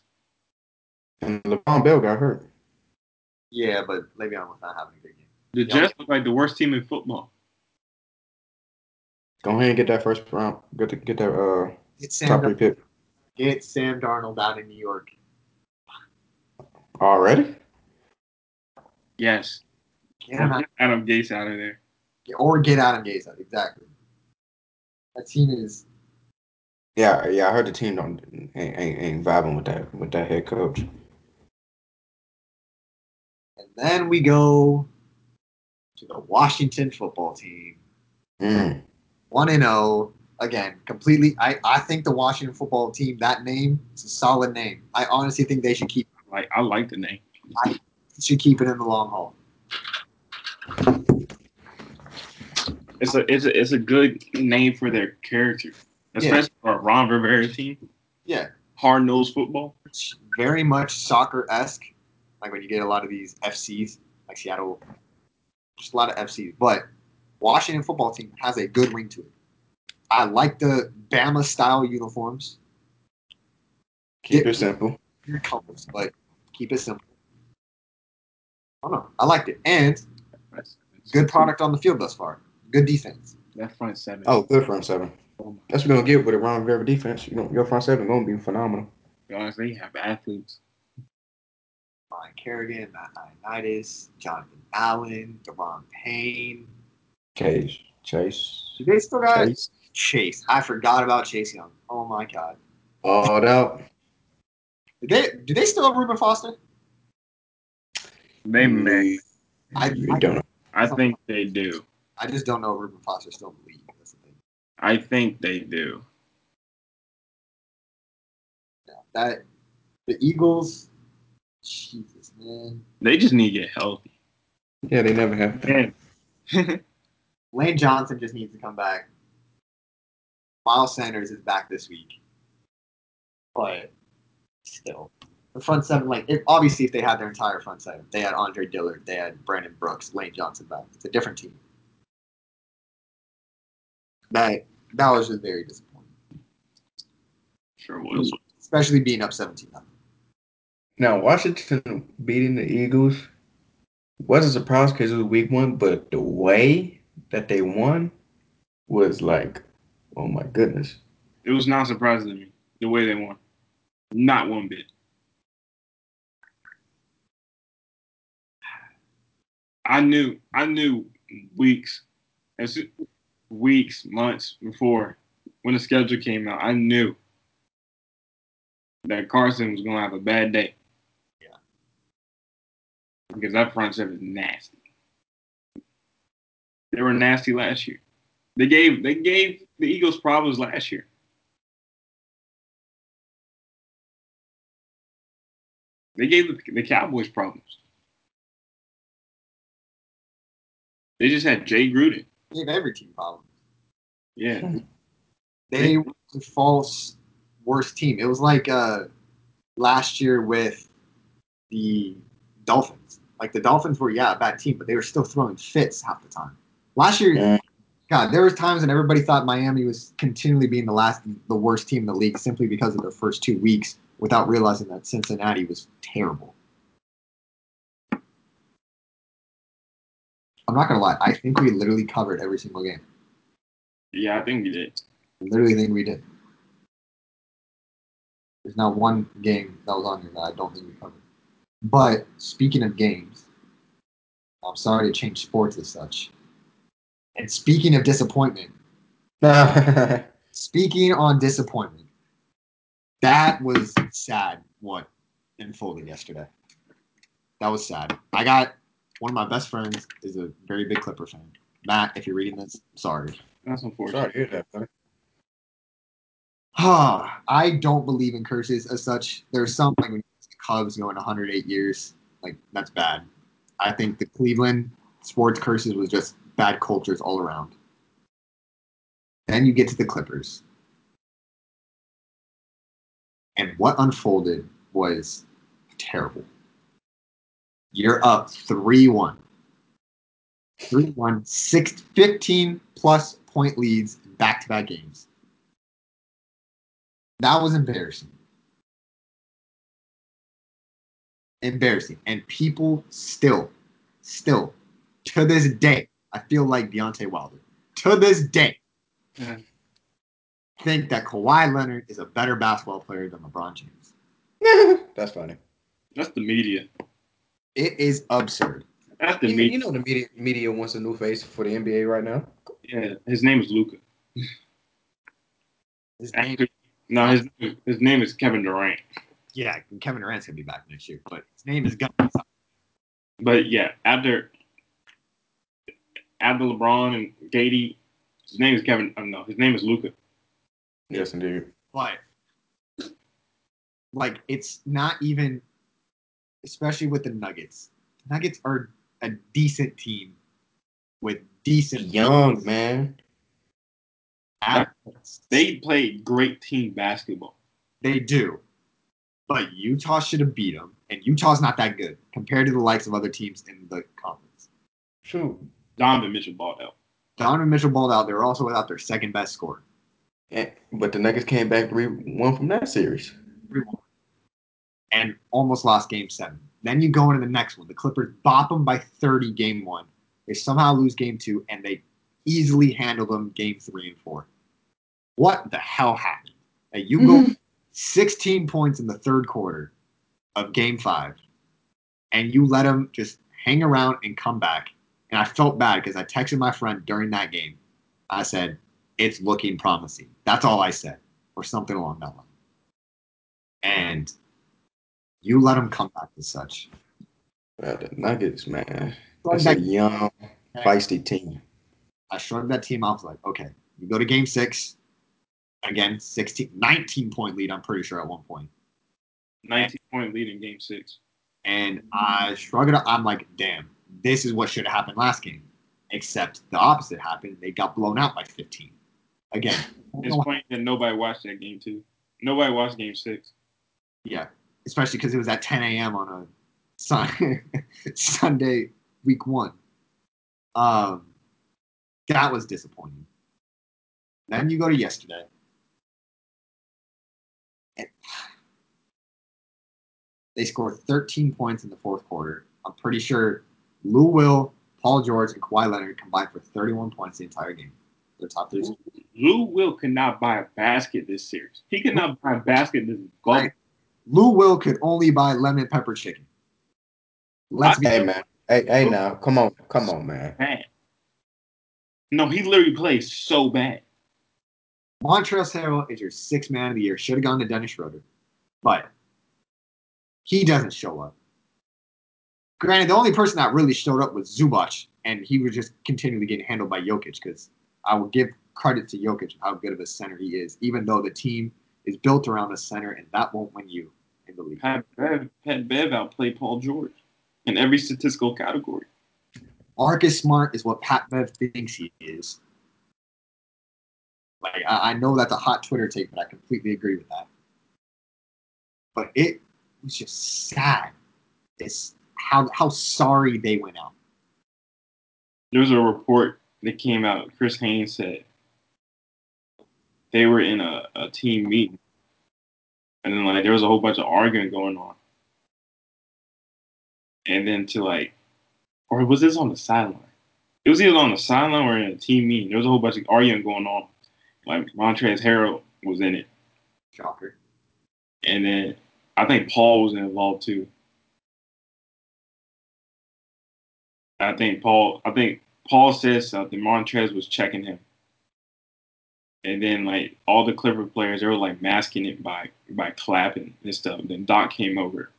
Speaker 3: And LeBron Bell got hurt.
Speaker 1: Yeah, but Le'Veon was not having a good game.
Speaker 2: The
Speaker 1: Yeah.
Speaker 2: Jets look like the worst team in football.
Speaker 3: Go ahead and get that first round. Get the, get that uh
Speaker 1: Get
Speaker 3: top
Speaker 1: Sam,
Speaker 3: three pick
Speaker 1: get Sam Darnold out in New York.
Speaker 3: already.
Speaker 2: Yes.
Speaker 1: Get him out,
Speaker 2: Adam Gase out of there.
Speaker 1: or get Adam Gaze out. Exactly. That team is
Speaker 3: Yeah, yeah. I heard the team don't ain't, ain't, ain't vibing with that with that head coach.
Speaker 1: And then we go to the Washington football team,
Speaker 3: Mm.
Speaker 1: 1 and 0. Again, completely. I, I think the Washington football team, that name, it's a solid name. I honestly think they should keep
Speaker 2: Like I like the name.
Speaker 1: should keep it in the long haul.
Speaker 2: It's a it's a it's a good name for their character. Especially for a Ron Rivera team.
Speaker 1: Yeah.
Speaker 2: Hard nosed football.
Speaker 1: It's very much soccer esque, like when you get a lot of these FCs, like Seattle, just a lot of FCs. But Washington football team has a good ring to it. I like the Bama style uniforms,
Speaker 3: Keep
Speaker 1: Yeah.
Speaker 3: it simple.
Speaker 1: your colors, but keep it simple. I don't know. I liked it. And good product on the field thus far. Good defense.
Speaker 2: That front seven.
Speaker 3: Oh, good front seven.
Speaker 2: Oh my
Speaker 3: That's what you're gonna get with a Ron Rivera defense. You know, your front seven gonna be phenomenal.
Speaker 2: gosh, they have athletes.
Speaker 1: Brian Kerrigan, Matt Ioannidis, Jonathan Allen, Deron Payne.
Speaker 3: Cage, Chase,
Speaker 1: They still got Chase.
Speaker 3: Chase,
Speaker 1: I forgot about Chase Young. Oh my god.
Speaker 3: all out.
Speaker 1: Did they do they still have Ruben Foster?
Speaker 2: They may.
Speaker 1: I-
Speaker 3: You don't know.
Speaker 2: I think they do.
Speaker 1: I just don't know if Ruben Foster's still in the league. That's the thing.
Speaker 2: I think they do.
Speaker 1: That the Eagles. Jesus man.
Speaker 2: They just need to get healthy.
Speaker 3: Yeah, they never have.
Speaker 2: Man.
Speaker 1: Lane Johnson just needs to come back. Miles Sanders is back this week. But still. The front seven, like if, obviously if they had their entire front seven, they had Andre Dillard, they had Brandon Brooks, Lane Johnson back. It's a different team. That that was just very disappointing.
Speaker 2: sure was.
Speaker 1: Especially being up seventeen nothing.
Speaker 3: Now Washington beating the Eagles was a surprise because it was week one, but the way that they won was like, oh my goodness.
Speaker 2: It was not surprising to me the way they won. Not one bit. I knew I knew weeks as soo- weeks, months before when the schedule came out, I knew that Carson was gonna have a bad day.
Speaker 1: Yeah.
Speaker 2: Because that front seven is nasty. They were nasty last year. They gave they gave the Eagles problems last year. They gave the, the Cowboys problems. They just had Jay Gruden.
Speaker 1: Gave every team problem.
Speaker 2: Yeah.
Speaker 1: They were the false worst team. It was like uh last year with the Dolphins. Like the Dolphins were, yeah, a bad team, but they were still throwing fits half the time. Last year,
Speaker 3: Yeah.
Speaker 1: God, there was times when everybody thought Miami was continually being the last, the worst team in the league simply because of their first two weeks, without realizing that Cincinnati was terrible. I'm not gonna lie, I think we literally covered every single game.
Speaker 2: Yeah, I think we did.
Speaker 1: Literally, think we did. There's not one game that was on here that I don't think we covered. But speaking of games, I'm sorry to change sports as such. And speaking of disappointment, speaking on disappointment, that was sad. What in Foley yesterday? That was sad. I got one of my best friends is a very big Clipper fan. Matt, if you're reading this, sorry.
Speaker 2: That's unfortunate.
Speaker 3: Sorry to hear that, man.
Speaker 1: Ah, I don't believe in curses as such. There's some like when you see the Cubs going 108 years, like that's bad. I think the Cleveland sports curses was just bad cultures all around. Then you get to the Clippers, and what unfolded was terrible. You're up 3 1. 3 1, 15 plus point leads back to back games. That was embarrassing. Embarrassing. And people still, still, to this day, I feel like Deontay Wilder. To this day,
Speaker 2: Yeah.
Speaker 1: think that Kawhi Leonard is a better basketball player than LeBron James.
Speaker 3: That's funny.
Speaker 2: That's the media.
Speaker 1: It is absurd.
Speaker 2: That's the
Speaker 3: You,
Speaker 2: media.
Speaker 3: you know the media, media wants a new face for the NBA right now.
Speaker 2: yeah, his name is Luca.
Speaker 1: His name,
Speaker 2: Actually, no, his his name is Kevin Durant.
Speaker 1: yeah, Kevin Durant's gonna be back next year, but his name is gonna be something.
Speaker 2: But yeah, after after LeBron and Gady, his name is Kevin. Um, no, his name is Luca.
Speaker 3: Yes, indeed.
Speaker 1: But like, it's not even, especially with the Nuggets. Nuggets are a decent team with decent
Speaker 3: Young man.
Speaker 1: athletes.
Speaker 2: They played great team basketball.
Speaker 1: They do. But Utah should have beat them, and Utah's not that good compared to the likes of other teams in the conference.
Speaker 3: Shoot.
Speaker 2: Donovan Mitchell balled out.
Speaker 1: Donovan Mitchell balled out. They were also without their second best scorer.
Speaker 3: And, but the Nuggets came back three one from that series.
Speaker 1: 3-1, And almost lost game seven. Then you go into the next one. The Clippers bop them by 30 game one. They somehow lose game two, and they easily handle them game three and four. What the hell happened? Now you go 16 points in the third quarter of game five, and you let them just hang around and come back. And I felt bad because I texted my friend during that game. I said, It's looking promising. That's all I said, or something along that line. And you let them come back as such.
Speaker 3: Well, Uh, the Nuggets, man.
Speaker 1: I
Speaker 3: That's a
Speaker 1: shrugged,
Speaker 3: young, feisty team.
Speaker 1: that team off like, okay, you go to game six. Again, 16, 19 point lead, I'm pretty sure, at one point.
Speaker 2: 19 point lead in game six.
Speaker 1: And I shrug it up. I'm like, damn, this is what should have happened last game. Except the opposite happened. They got blown out by 15. Again, I don't
Speaker 2: It's
Speaker 1: know
Speaker 2: funny that nobody watched that game too. Nobody watched game six.
Speaker 1: Yeah, especially because it was at 10 a.m. on a sun- Sunday week one. Um, that was disappointing. Then you go to yesterday. And they scored 13 points in the fourth quarter. I'm pretty sure Lou Will, Paul George, and Kawhi Leonard combined for 31 points the entire game. Their top three.
Speaker 2: Lou Will could not buy a basket this series. He could not buy a basket this golf.
Speaker 1: Right. Lou Will could only buy lemon pepper chicken. Let's be
Speaker 3: Hey, man. Hey, hey, now. Come on. Come on, man.
Speaker 2: Bad. No, he literally plays so bad.
Speaker 1: Montrezl Harrell is your sixth man of the year. Should have gone to Dennis Schroeder, but he doesn't show up. Granted, the only person that really showed up was Zubac, and he was just continually getting handled by Jokic because I will give credit to Jokic how good of a center he is, even though the team is built around a center, and that won't win you in the league.
Speaker 2: Pat Bev, Pat Bev outplayed Paul George in every statistical category.
Speaker 1: Marcus Smart is what Pat Bev thinks he is. Like I, I know that's a hot Twitter take, but I completely agree with that. But it was just sad. This how how sorry they went out.
Speaker 2: There was a report that came out. Chris Haynes said they were in a, a team meeting, and then like there was a whole bunch of arguing going on, and then to like, or was this on the sideline? It was either on the sideline or in a team meeting. There was a whole bunch of arguing going on. Like Montrez Harrell was in it,
Speaker 1: Shocker.
Speaker 2: and then I think Paul was involved too. I think Paul. I think Paul says something. Montrez was checking him, and then like all the Clipper players, they were like masking it by by clapping and stuff. Then Doc came over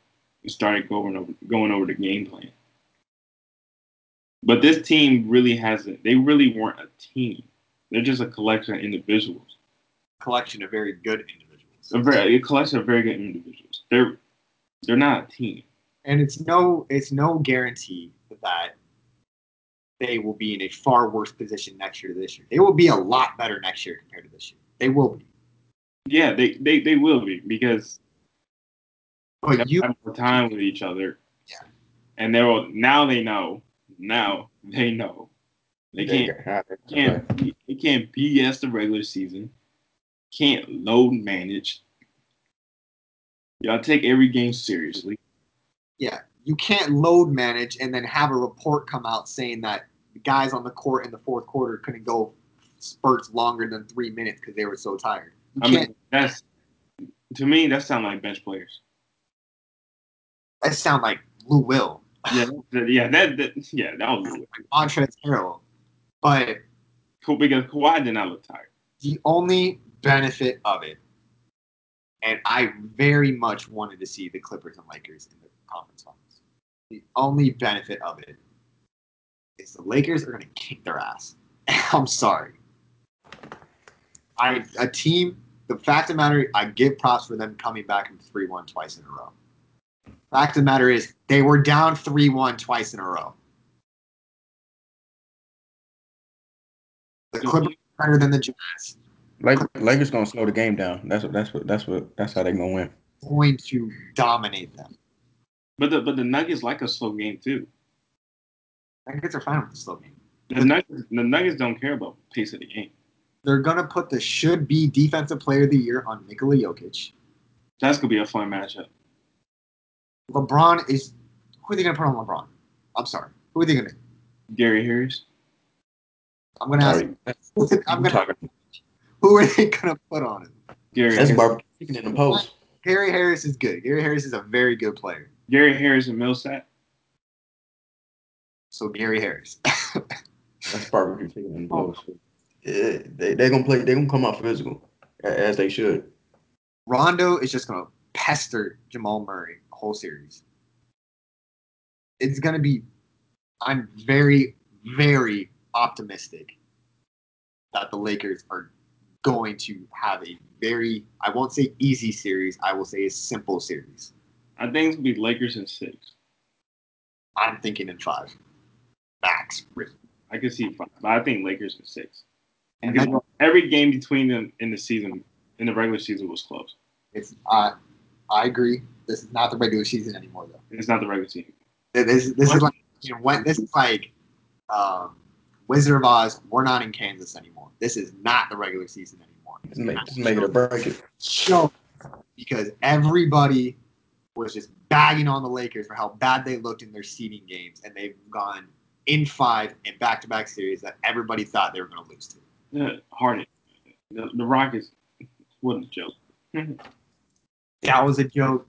Speaker 2: and started going over going over the game plan. But this team really hasn't. They really weren't a team. They're just a collection of individuals.
Speaker 1: Collection of very good individuals.
Speaker 2: A, very, a collection of very good individuals. They're they're not a team.
Speaker 1: And it's no it's no guarantee that they will be in a far worse position next year to this year. They will be a lot better next year compared to this year. They will be.
Speaker 2: Yeah, they they, they will be because
Speaker 1: But
Speaker 2: they
Speaker 1: you
Speaker 2: have more time with each other.
Speaker 1: Yeah.
Speaker 2: And they will now they know. Now they know. They can't can't be- they can't BS the regular season. Can't load manage. Y'all take every game seriously.
Speaker 1: yeah, you can't load manage and then have a report come out saying that the guys on the court in the fourth quarter couldn't go spurts longer than three minutes because they were so tired. You
Speaker 2: I
Speaker 1: can't
Speaker 2: mean, that's to me that sounds like bench players.
Speaker 1: that sound like Lou Will,
Speaker 2: Yeah, that- yeah, that, that yeah, that was
Speaker 1: Montrezl Harrell. But
Speaker 2: cool because Kawhi did not look tired.
Speaker 1: the only benefit of it, and I very much wanted to see the Clippers and Lakers in the conference finals. The only benefit of it is the Lakers are going to kick their ass. I'm sorry. I a team. The fact of the matter, I give props for them coming back in three one twice in a row. Fact of the matter is, they were down three one twice in a row. The Clippers are better than the Jazz.
Speaker 4: Like Lakers gonna slow the game down. That's what. That's what. That's what. That's how they gonna win.
Speaker 1: going to dominate them.
Speaker 2: But the but the Nuggets like a slow game too.
Speaker 1: Nuggets are fine with the slow game.
Speaker 2: The Nuggets, the Nuggets don't care about the pace of the game.
Speaker 1: They're gonna put the should be defensive player of the year on Nikola Jokic.
Speaker 2: That's gonna be a fun matchup.
Speaker 1: LeBron is who are they gonna put on LeBron? I'm sorry. Who are they gonna?
Speaker 2: Gary Harris.
Speaker 1: I'm gonna ask. I'm gonna. Who are they gonna put on him?
Speaker 2: Gary
Speaker 4: That's
Speaker 2: Harris.
Speaker 4: barbecue chicken in the post.
Speaker 1: Gary Harris is good. Gary Harris is a very good player.
Speaker 2: Gary Harris and Millsap.
Speaker 1: So Gary Harris.
Speaker 4: That's barbecue chicken in the
Speaker 3: Oh.
Speaker 4: post. Yeah, they they gonna play. They gonna come out physical a- as they should.
Speaker 1: Rondo is just gonna pester Jamal Murray the whole series. It's gonna be. I'm very, very optimistic that the Lakers are going to have a very. I won't say easy series. I will say a simple series.
Speaker 2: I think it's gonna be Lakers and six.
Speaker 1: I'm thinking in five, max.
Speaker 2: I can see five, but I think Lakers and six.
Speaker 1: And
Speaker 2: Because
Speaker 1: that-
Speaker 2: every game between them in the season in the regular season was close.
Speaker 1: it's. I, I agree. This is not the regular season anymore, though.
Speaker 2: It's not the regular season.
Speaker 1: This, this is like you know, when, this is like um, Wizard of Oz. We're not in Kansas anymore. This is not the regular season anymore.
Speaker 4: Just make, just make it a break. It.
Speaker 1: show because everybody was just bagging on the Lakers for how bad they looked in their seeding games, and they've gone in five in back-to-back series that everybody thought they were going to lose to.
Speaker 2: Yeah, Harden. The, the Rockets what a joke.
Speaker 1: That was a joke.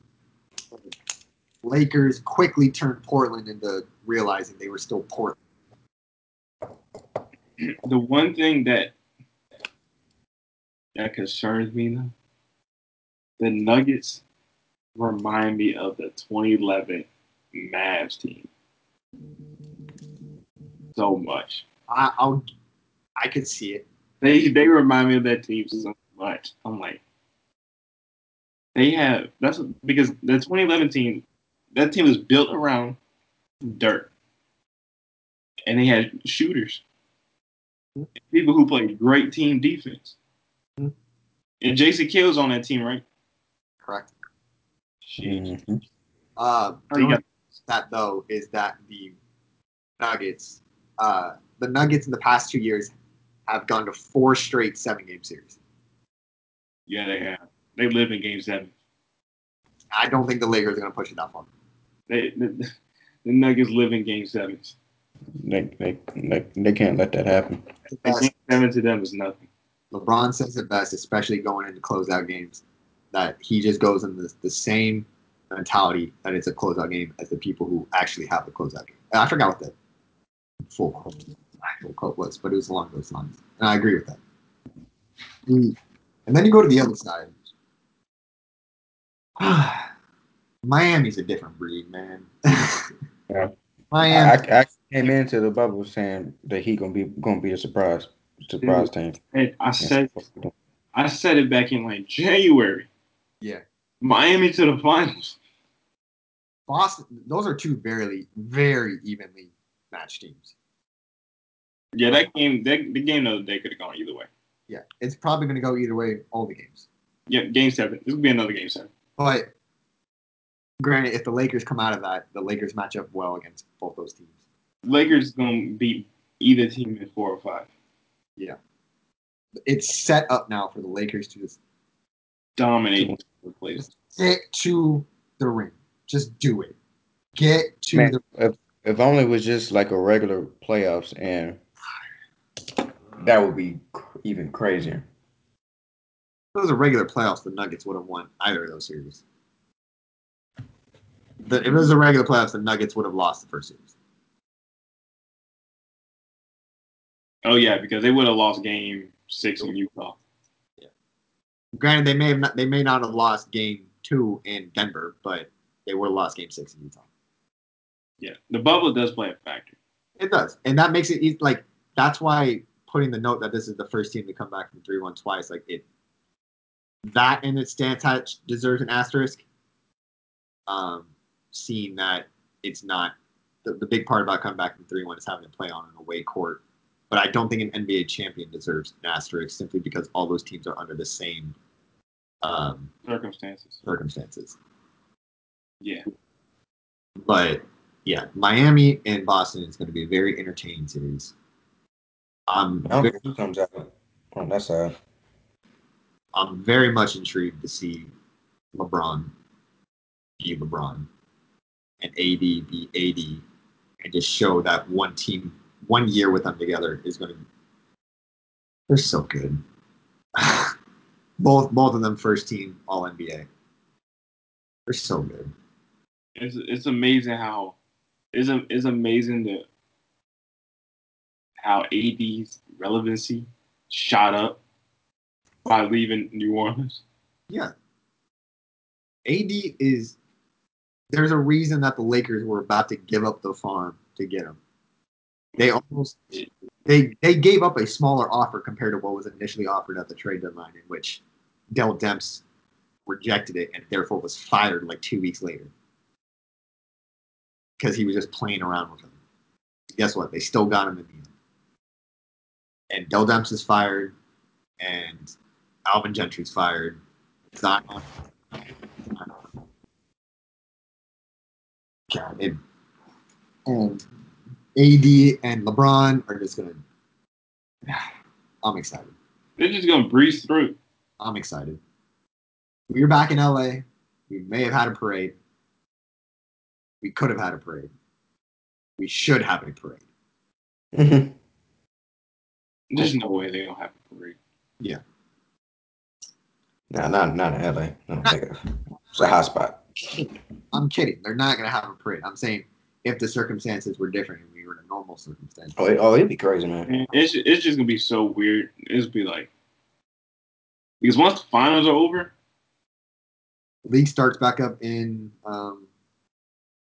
Speaker 1: Lakers quickly turned Portland into realizing they were still Portland.
Speaker 2: The one thing that that concerns me though, the Nuggets remind me of the 2011 Mavs team so much.
Speaker 1: I, I'll, I could see it.
Speaker 2: They they remind me of that team so much. I'm like, they have that's because the 2011 team, that team was built around dirt, and they had shooters, people who played great team defense.
Speaker 1: Mhm.
Speaker 2: And Jason Kill's on that team, right?
Speaker 1: Correct.
Speaker 2: Sheesh.
Speaker 4: Mm-hmm.
Speaker 1: Uh,
Speaker 2: I don't know.
Speaker 1: that though is that the Nuggets, uh, the Nuggets in the past two years have gone to four straight seven game series.
Speaker 2: Yeah, they have. They live in game seven.
Speaker 1: I don't think the Lakers are going to push it that far.
Speaker 2: They, the, the Nuggets live in game sevens.
Speaker 4: They, they, they, they can't let that happen.
Speaker 2: And game seven to them is nothing.
Speaker 1: LeBron says it best, especially going into closeout games, that he just goes in the, the same mentality that it's a closeout game as the people who actually have the closeout game. And I forgot what the full quote, actual quote was, but it was along those lines. And I agree with that. Mm. And then you go to the other side. Miami's a different breed, man.
Speaker 4: Yeah. I,
Speaker 1: Miami.
Speaker 4: I, I came into the bubble saying that he gonna be gonna be a surprise surprise
Speaker 3: Mm-hmm.
Speaker 4: team.
Speaker 2: And I said, I said it back in like January.
Speaker 1: Yeah.
Speaker 2: Miami to the finals.
Speaker 1: Boston, those are two very, very evenly matched teams.
Speaker 2: Yeah, that game, that the game the other day could have gone either way.
Speaker 1: Yeah, it's probably going to go either way all the games.
Speaker 2: Yeah, game seven. This would be another game seven.
Speaker 1: But granted, if the Lakers come out of that, the Lakers match up well against both those teams.
Speaker 2: Lakers gonna beat either team in four or five.
Speaker 1: It's set up now for the Lakers to just
Speaker 2: Dominate the place.
Speaker 1: get to the ring. Just do it. Get to
Speaker 4: Man.
Speaker 1: the
Speaker 4: If, if only it was just like a regular playoffs, and that would be cr- even crazier.
Speaker 1: If it was a regular playoffs, the Nuggets would have won either of those series. The, if it was a regular playoffs, the Nuggets would have lost the first series.
Speaker 2: Oh yeah, because they would have lost game six in Utah.
Speaker 1: Granted, they may have not, they may not have lost Game Two in Denver, but they would have lost Game Six in Utah.
Speaker 2: Yeah, the bubble does play a factor.
Speaker 1: It does, and that makes it eas- like that's why putting the note that this is the first team to come back from three one twice, like it that in its stance has, deserves an asterisk. Um, seeing that it's not the, the big part about coming back from three one is having to play on an away court, but I don't think an NBA champion deserves an asterisk simply because all those teams are under the same um,
Speaker 2: Circumstances.
Speaker 1: circumstances.
Speaker 2: Yeah.
Speaker 1: But yeah, Miami and Boston is going to be a very entertaining series. I'm
Speaker 3: I don't
Speaker 1: very,
Speaker 3: know who comes out on that side.
Speaker 1: I'm very much intrigued to see LeBron be LeBron and AD be AD and just show that one team, one year with them together is going to. They're so good. both both of them first team All NBA. They're so good.
Speaker 2: It's it's amazing how it's a- it's amazing the how AD's relevancy shot up by leaving New Orleans.
Speaker 1: Yeah. AD is there's a reason that the Lakers were about to give up the farm to get him. They almost they they gave up a smaller offer compared to what was initially offered at the trade deadline in which Dell Demps rejected it and therefore was fired like 2 weeks later. Cuz he was just playing around with him. Guess what? They still got him in the end. And Dell Demps is fired and Alvin Gentry's fired. Zion. God, it, and AD and LeBron are just gonna. I'm excited.
Speaker 2: They're just gonna breeze through.
Speaker 1: I'm excited. We were back in LA. We may have had a parade. We could have had a parade. We should have a parade.
Speaker 2: There's no way they don't have a parade.
Speaker 3: Nah, not not in LA. I don't think of- it's a hot spot.
Speaker 1: I'm kidding. They're not gonna have a parade. I'm saying if the circumstances were different and we were in a normal circumstance.
Speaker 3: Oh, it, oh, it'd be crazy, man.
Speaker 2: And it's it's just gonna be so weird. It's be like because once the finals are over,
Speaker 1: League starts back up in. Um,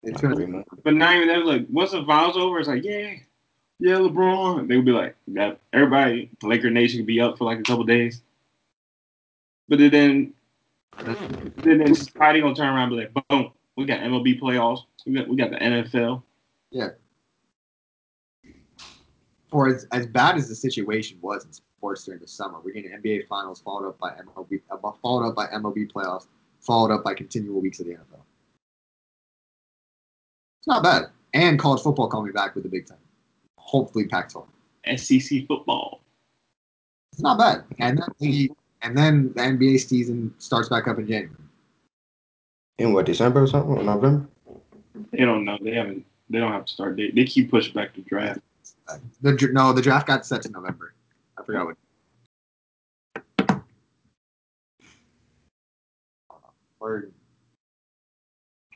Speaker 1: it's
Speaker 3: Like
Speaker 1: gonna
Speaker 3: three months.
Speaker 2: but not even that. Like once the finals over, it's like yeah, yeah, LeBron. They would be like that. Everybody, Laker Nation, could be up for like a couple days. But then, then then somebody gonna turn around and be like, boom, we got MLB playoffs. We got we got the NFL.
Speaker 1: for as, as bad as the situation was in sports during the summer, we're getting NBA Finals followed up by MLB uh, followed up by MLB playoffs, followed up by continual weeks of the NFL. It's not bad. And college football coming back with the Big Ten. Hopefully, Pac-12.
Speaker 2: SEC E football.
Speaker 1: It's not bad. And then the and then the NBA season starts back up in January.
Speaker 3: In what December or something? Or November?
Speaker 2: They don't know. They haven't. They don't have to start date. They keep pushing back the draft.
Speaker 1: Uh, The dr- no, the draft got set to November. I forgot what. Word.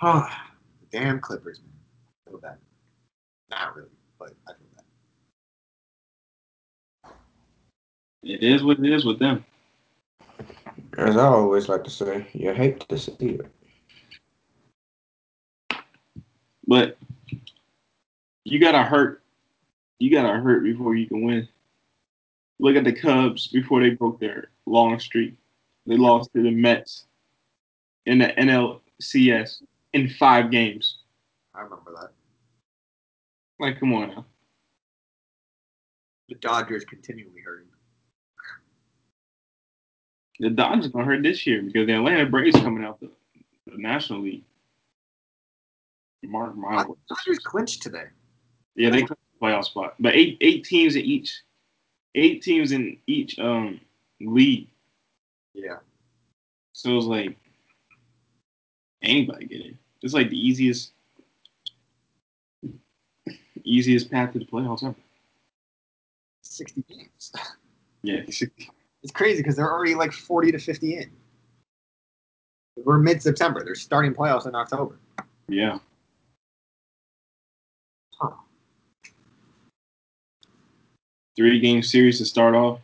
Speaker 1: Ah, damn Clippers, man. I feel bad. Not really, but I feel bad.
Speaker 2: It is what it is with them.
Speaker 3: As I always like to say, you hate to see it.
Speaker 2: But you gotta hurt. You gotta hurt before you can win. Look at the Cubs before they broke their long streak. They lost to the Mets in the NLCS in five games.
Speaker 1: I remember that.
Speaker 2: Like, come on now.
Speaker 1: The Dodgers continually hurting.
Speaker 2: The Dodgers gonna hurt this year because the Atlanta Braves coming out the, the National League. Mark my
Speaker 1: Dod-
Speaker 2: words.
Speaker 1: Dodgers clinched today.
Speaker 2: Yeah, they claim the playoff spot. But eight eight teams in each eight teams in each um league.
Speaker 1: Yeah.
Speaker 2: So it was like anybody get in. It's like the easiest easiest path to the playoffs ever.
Speaker 1: 60 games.
Speaker 2: Yeah.
Speaker 1: It's crazy because they're already like 40 to 50 in. We're mid September. They're starting playoffs in October.
Speaker 2: Yeah.
Speaker 1: Huh.
Speaker 2: Three game series to start off.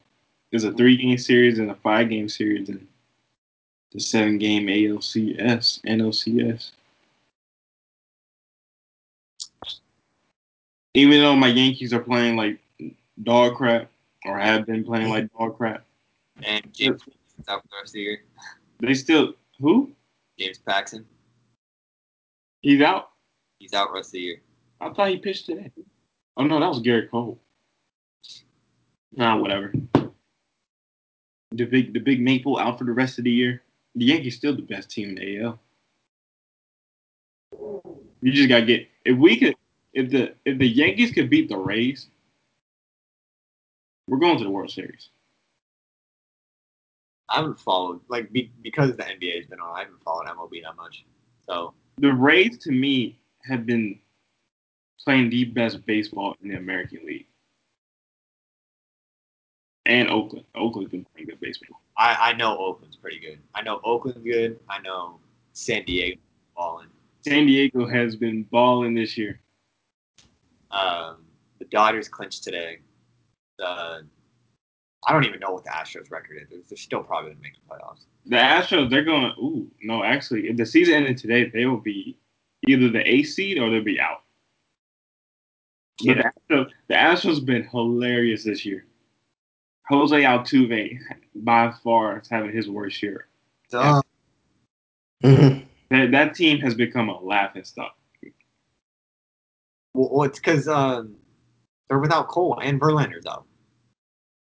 Speaker 2: There's a three game series and a five game series and the seven game ALCS, NLCS. Even though my Yankees are playing like dog crap or have been playing like dog crap,
Speaker 1: And
Speaker 2: James
Speaker 1: is out for the rest of the year.
Speaker 2: they still who?
Speaker 1: James Paxton,
Speaker 2: He's out?
Speaker 1: he's out rest of the year.
Speaker 2: I thought he pitched today. Oh no, that was Garrett Cole. Nah, whatever. The big the big Maple out for the rest of the year. The Yankees still the best team in the AL. You just gotta get if we could if the if the Yankees could beat the Rays, we're going to the World Series.
Speaker 1: I haven't followed like be, because the NBA has been on. I haven't followed MLB that much. So
Speaker 2: The Rays to me have been playing the best baseball in the American League. And Oakland. Oakland's been playing good baseball.
Speaker 1: I, I know Oakland's pretty good. I know Oakland's good. I know San Diego balling.
Speaker 2: San Diego has been balling this year.
Speaker 1: Um, the Dodgers clinched today. The I don't even know what the Astros record is. They're, they're still probably gonna make the playoffs.
Speaker 2: The Astros, they're going. Ooh, no, actually, if the season ended today, they will be either the A seed or they'll be out. But
Speaker 1: Yeah.
Speaker 2: The, Astros, the Astros been hilarious this year. Jose Altuve, by far, is having his worst year.
Speaker 1: Duh.
Speaker 2: That, that team has become a laughing stock.
Speaker 1: Well, well, it's because um, they're without Cole and Verlander though.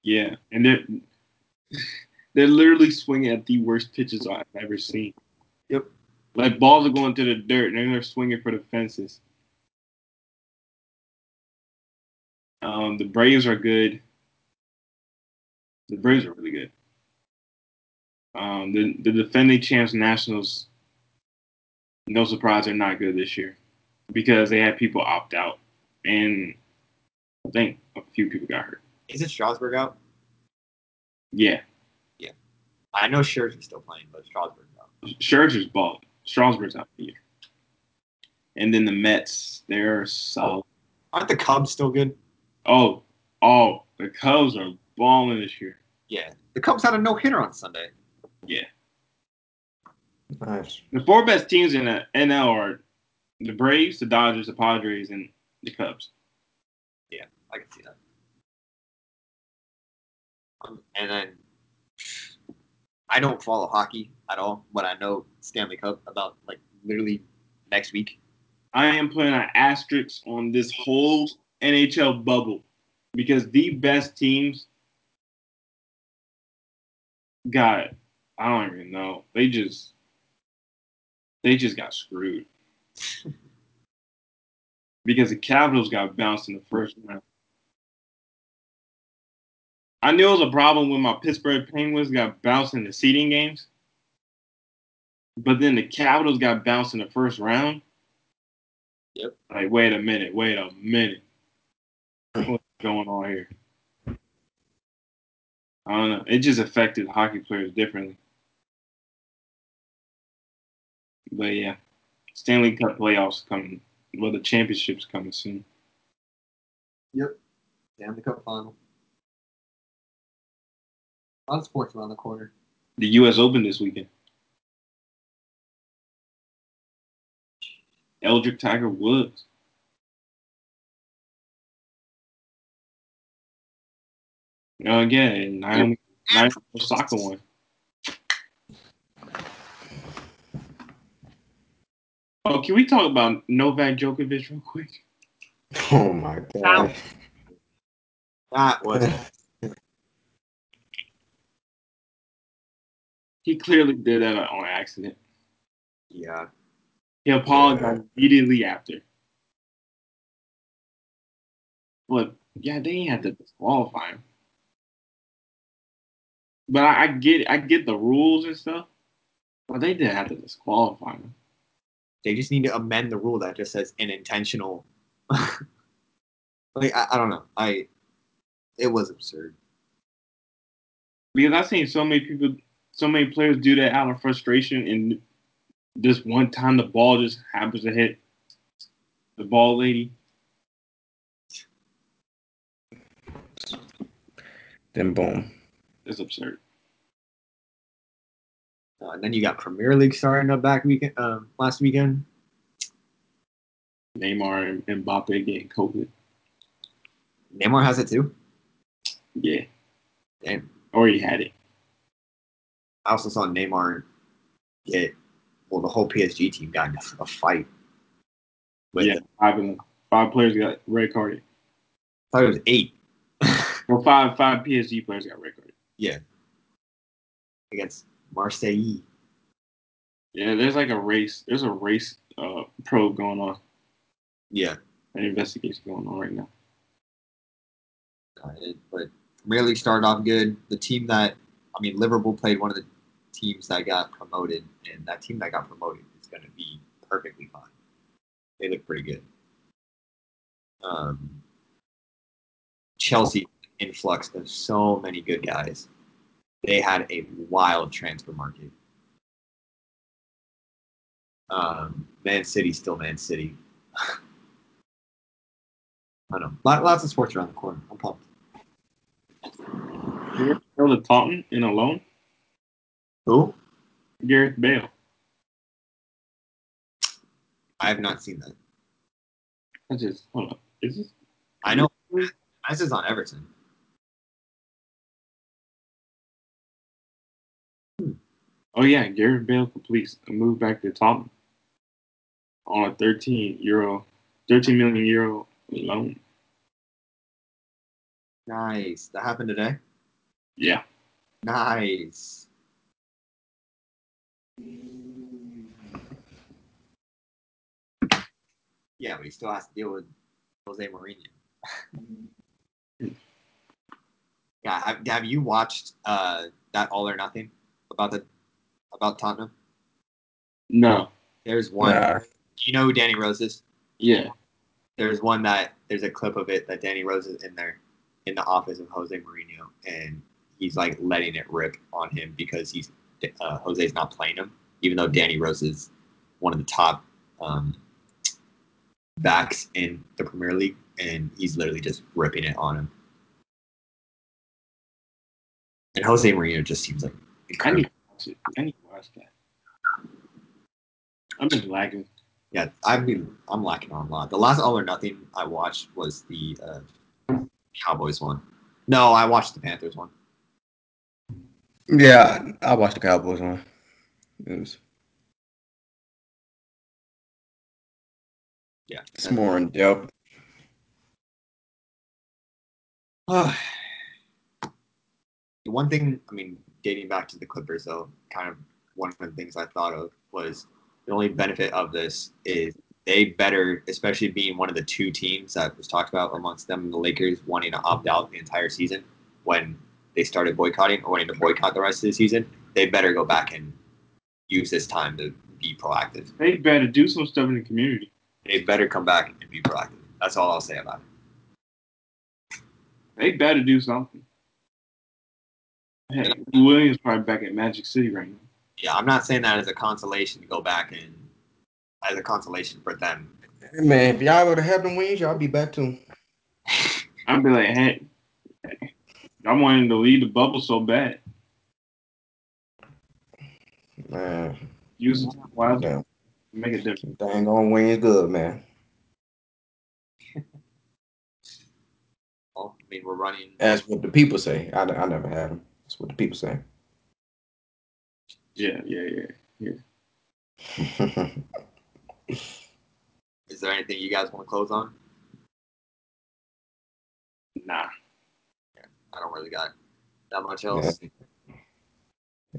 Speaker 2: Yeah, and they're they're literally swinging at the worst pitches I've ever seen.
Speaker 1: Yep.
Speaker 2: Like balls are going to the dirt, and then they're swinging for the fences. Um, the Braves are good. The Braves are really good. Um, the the defending champs Nationals, no surprise, they're not good this year because they had people opt out, and I think a few people got hurt.
Speaker 1: Is it Strasburg out?
Speaker 2: Yeah.
Speaker 1: I know Scherzer's still playing, but Strasburg's out.
Speaker 2: Scherzer's ball. Strasburg's out for the year. And then the Mets, they're solid.
Speaker 1: Aren't the Cubs still good?
Speaker 2: Oh, oh, the Cubs are balling this year.
Speaker 1: Yeah, the Cubs had a no hitter on Sunday.
Speaker 3: nice.
Speaker 2: The four best teams in the NL are the Braves, the Dodgers, the Padres, and the Cubs.
Speaker 1: I can see that. Um, and then I don't follow hockey at all, but I know Stanley Cup about like literally next week.
Speaker 2: I am putting an asterisk on this whole NHL bubble because the best teams got I don't even know. They just They just got screwed because the Capitals got bounced in the first round. I knew it was a problem when my Pittsburgh Penguins got bounced in the seeding games, but then the Capitals got bounced in the first round.
Speaker 1: Yep.
Speaker 2: Like, wait a minute, wait a minute. What's going on here? I don't know. It just affected hockey players differently. But yeah, Stanley Cup playoffs coming. Well, the championship's coming soon.
Speaker 1: Yep. Damn the cup final. A lot of sports around the corner.
Speaker 2: The U.S. Open this weekend. Eldrick Tiger Woods. You know, again, Naomi, Naomi Osaka won. Oh, can we talk about Novak Djokovic real quick?
Speaker 3: Oh my god.
Speaker 1: That was
Speaker 2: He clearly did that on accident.
Speaker 1: yeah.
Speaker 2: He apologized immediately after. But yeah, they ain't had to disqualify him. But I, I get I get the rules and stuff. But they didn't have to disqualify him.
Speaker 1: They just need to amend the rule that just says an intentional. like I, I don't know. I it was absurd.
Speaker 2: Because I've seen so many people so many players do that out of frustration and this one time the ball just happens to hit the ball lady.
Speaker 3: Then boom.
Speaker 2: It's absurd.
Speaker 1: Uh, and then you got Premier League starting up back weekend um, last weekend.
Speaker 2: Neymar and Mbappe getting COVID.
Speaker 1: Neymar has it too.
Speaker 2: Yeah.
Speaker 1: Damn.
Speaker 2: Already had it.
Speaker 1: I also saw Neymar get well the whole PSG team got in a fight. With
Speaker 2: yeah. Five, of them- five players got red carded.
Speaker 1: I thought it was eight
Speaker 2: Well, five five PSG players got red carded.
Speaker 1: against Marseille.
Speaker 2: Yeah, there's like a race. There's a race uh, probe going on,
Speaker 1: Yeah.
Speaker 2: an investigation going on right now.
Speaker 1: Uh, it- but Premier League started off good. The team that I mean, Liverpool played one of the teams that got promoted, and that team that got promoted is going to be perfectly fine. They look pretty good. Um, Chelsea influx of so many good guys. They had a wild transfer market. Um, Man City still Man City. I don't know. Lot- Lots of sports around the corner. I'm pumped.
Speaker 2: Gareth Bale to Taunton in a loan.
Speaker 1: Who?
Speaker 2: Gareth Bale.
Speaker 1: I have not seen that.
Speaker 2: I just hold up. Is this
Speaker 1: I know. This is on Everton.
Speaker 2: Oh yeah, Gareth Bale completes a move back to Tottenham on a 13 euro, 13 million euro loan.
Speaker 1: Nice. That happened today.
Speaker 2: Yeah,
Speaker 1: Nice. Yeah, but he still has to deal with Jose Mourinho. yeah, have, have you watched uh, that All or Nothing about the about Tottenham?
Speaker 2: no,
Speaker 1: There's one.
Speaker 3: Nah.
Speaker 1: You know who Danny Rose is?
Speaker 2: yeah,
Speaker 1: there's one that there's a clip of it that Danny Rose is in there in the office of Jose Mourinho, and he's like letting it rip on him because he's uh, Jose's not playing him, even though Danny Rose is one of the top um, backs in the Premier League, and he's literally just ripping it on him. And Jose Mourinho just seems like
Speaker 2: I need
Speaker 1: incredible.
Speaker 2: to watch it. I need to watch that. I've been lagging.
Speaker 1: yeah, I've been I'm lacking on a lot. The last All or Nothing I watched was the uh, Cowboys one. No, I watched the Panthers one.
Speaker 4: Yeah, I I watched the Cowboys one. It was
Speaker 1: Yeah.
Speaker 4: it's more in depth.
Speaker 1: the one thing, I mean, dating back to the Clippers, though, kind of one of the things I thought of was the only benefit of this is they better, especially being one of the two teams that was talked about amongst them, the Lakers wanting to opt out the entire season when they started boycotting or wanting to boycott the rest of the season. They better go back and use this time to be proactive.
Speaker 2: They better do some stuff in the community.
Speaker 1: They better come back and be proactive. That's all I'll say about it.
Speaker 2: They better do something. Hey, Williams probably back at Magic City right now.
Speaker 1: Yeah, I'm not saying that as a consolation to go back and as a consolation for them.
Speaker 3: Hey, man, if y'all would have had them wings, y'all be back too.
Speaker 2: I'd be like, hey, I wanted to leave the bubble so bad.
Speaker 3: Man,
Speaker 2: Use it wise.
Speaker 3: Yeah.
Speaker 2: Make a difference.
Speaker 3: dang on wings good, man.
Speaker 1: Well, I mean, we're running.
Speaker 3: That's what the people say. I, I never had them. That's what the people say.
Speaker 2: Yeah, yeah, yeah.
Speaker 1: Is there anything you guys want to close on?
Speaker 2: Nah.
Speaker 1: I don't really got that much else.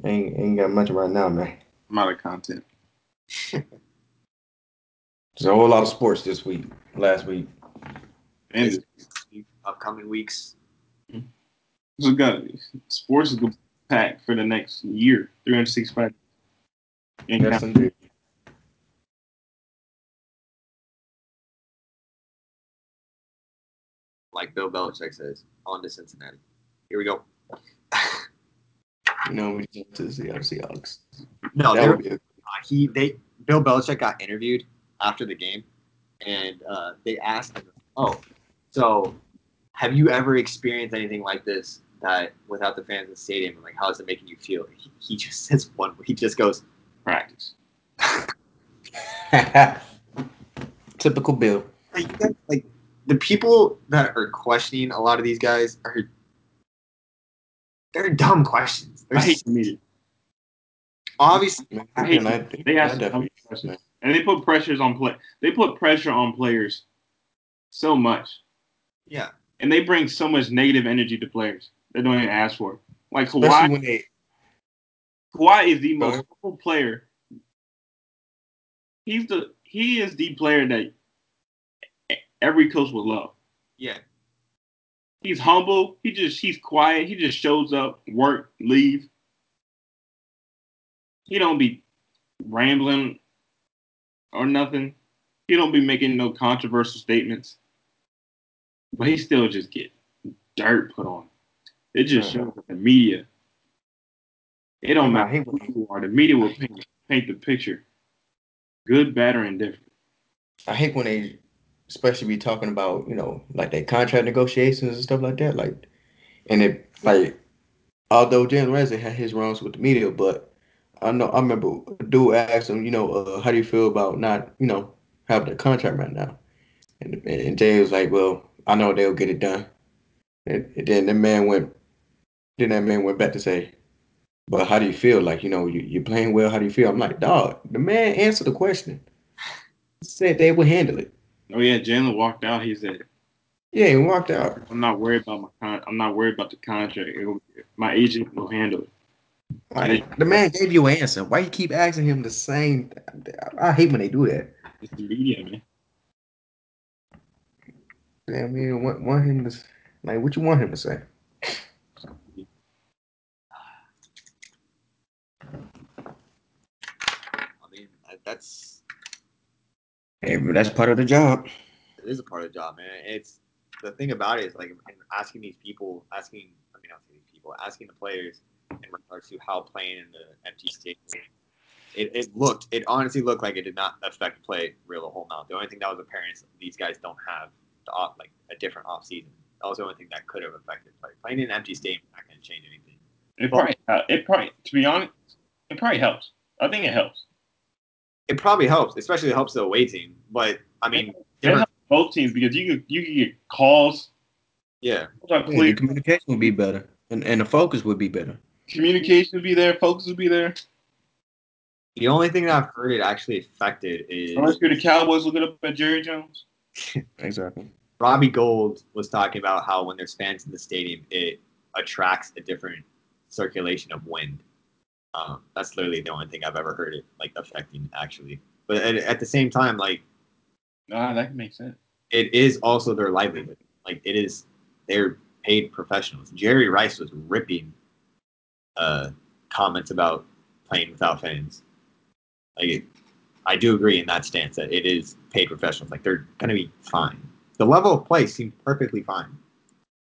Speaker 3: ain't ain't got much right now, man.
Speaker 2: I'm out of content.
Speaker 3: There's a whole lot of sports this week, last week.
Speaker 2: And
Speaker 1: Upcoming weeks.
Speaker 2: so got sports is gonna pack for the next year, 365. And
Speaker 3: Yes, indeed.
Speaker 1: like Bill Belichick says, on to Cincinnati. Here we go.
Speaker 3: You know, we just to see our Seahawks.
Speaker 2: Oh,
Speaker 1: No,
Speaker 3: That
Speaker 1: there,
Speaker 3: would be a-
Speaker 1: he they Bill Belichick got interviewed after the game, and uh, they asked him, "Oh, so have you ever experienced anything like this that without the fans in the stadium? Like, how's it making you feel?" He, he just says one. He just goes,
Speaker 2: practice.
Speaker 3: Typical Bill.
Speaker 1: like, you guys- like the people that are questioning a lot of these guys are they're dumb questions. They're
Speaker 2: I hate the media.
Speaker 1: obviously
Speaker 3: Man,
Speaker 2: I hate
Speaker 3: I think
Speaker 2: They ask
Speaker 3: I
Speaker 2: so
Speaker 3: definitely-
Speaker 2: many questions. And they put pressures on play. They put pressure on players so much.
Speaker 1: yeah.
Speaker 2: And they bring so much negative energy to players. They don't even ask for it. Like
Speaker 3: especially
Speaker 2: Kawhi,
Speaker 3: when they
Speaker 2: Kawhi is the
Speaker 3: Go
Speaker 2: most
Speaker 3: ahead.
Speaker 2: humble player. He's the he is the player that every coach would love.
Speaker 1: Yeah.
Speaker 2: He's humble. He just he's quiet. He just shows up, work, leave. He don't be rambling or nothing. He don't be making no controversial statements. But he still just get dirt put on. him. It just
Speaker 3: Mhm.
Speaker 2: shows that the media. It don't
Speaker 3: Nah,
Speaker 2: matter
Speaker 3: he
Speaker 2: who
Speaker 3: was-
Speaker 2: you are. The media will paint, paint the picture. Good, bad, or indifferent.
Speaker 3: I hate when they especially be talking about, you know, like their contract negotiations and stuff like that. Like and it like although Jalen Ramsey had his wrongs with the media, but I know I remember a dude asked him, you know, uh, how do you feel about not, you know, having a contract right now? And and, and Jay was like, Well, I know they'll get it done. And, and then the man went then that man went back to say, But how do you feel? Like, you know, you, you're playing well, how do you feel? I'm like, dog, the man answered the question. Said they would handle it.
Speaker 2: Oh yeah, Jalen walked out. He said,
Speaker 3: Yeah, he walked out.
Speaker 2: "I'm not worried about my con- I'm not worried about the contract. It'll- my agent will handle it."
Speaker 3: Like,
Speaker 4: The man gave you an answer. Why you keep asking him the same? I I hate when they do that.
Speaker 2: It's the media, man.
Speaker 3: I mean, want, want him to s- like what you want him to say?
Speaker 1: I mean I- that's
Speaker 3: Hey, but that's part of the job.
Speaker 1: it is a part of the job, man. It's the thing about it is like and asking these people, asking I mean, not these people, asking the players in regards to how playing in the empty stadium. It, it looked, it honestly looked like it did not affect play real a whole amount. The only thing that was apparent is these guys don't have the off, like a different off season. That was the only thing that could have affected play. Playing in an empty stadium is not going to change anything.
Speaker 2: It probably, uh, it probably, to be honest, it probably helps. I think it helps.
Speaker 1: It probably helps, especially it helps the away team. But I mean,
Speaker 2: It
Speaker 1: different,
Speaker 2: helps both teams because you could you could get calls.
Speaker 1: yeah,
Speaker 2: Like,
Speaker 4: Yeah, the
Speaker 2: please,
Speaker 4: communication would be better, and and the focus would be better.
Speaker 2: communication would be there, focus would be there.
Speaker 1: the only thing that I've heard it actually affected is
Speaker 2: Unless you're the Cowboys looking up at Jerry Jones.
Speaker 4: Exactly.
Speaker 1: Robbie Gold was talking about how when there's fans in the stadium, it attracts a different circulation of wind. Um, that's literally the only thing I've ever heard it like affecting actually. But at, at the same time, like
Speaker 2: Nah, that can make sense.
Speaker 1: it is also their livelihood. Like it is, they're paid professionals. Jerry Rice was ripping uh, comments about playing without fans. Like it, I do agree in that stance that it is paid professionals. Like they're gonna be fine. The level of play seems perfectly fine.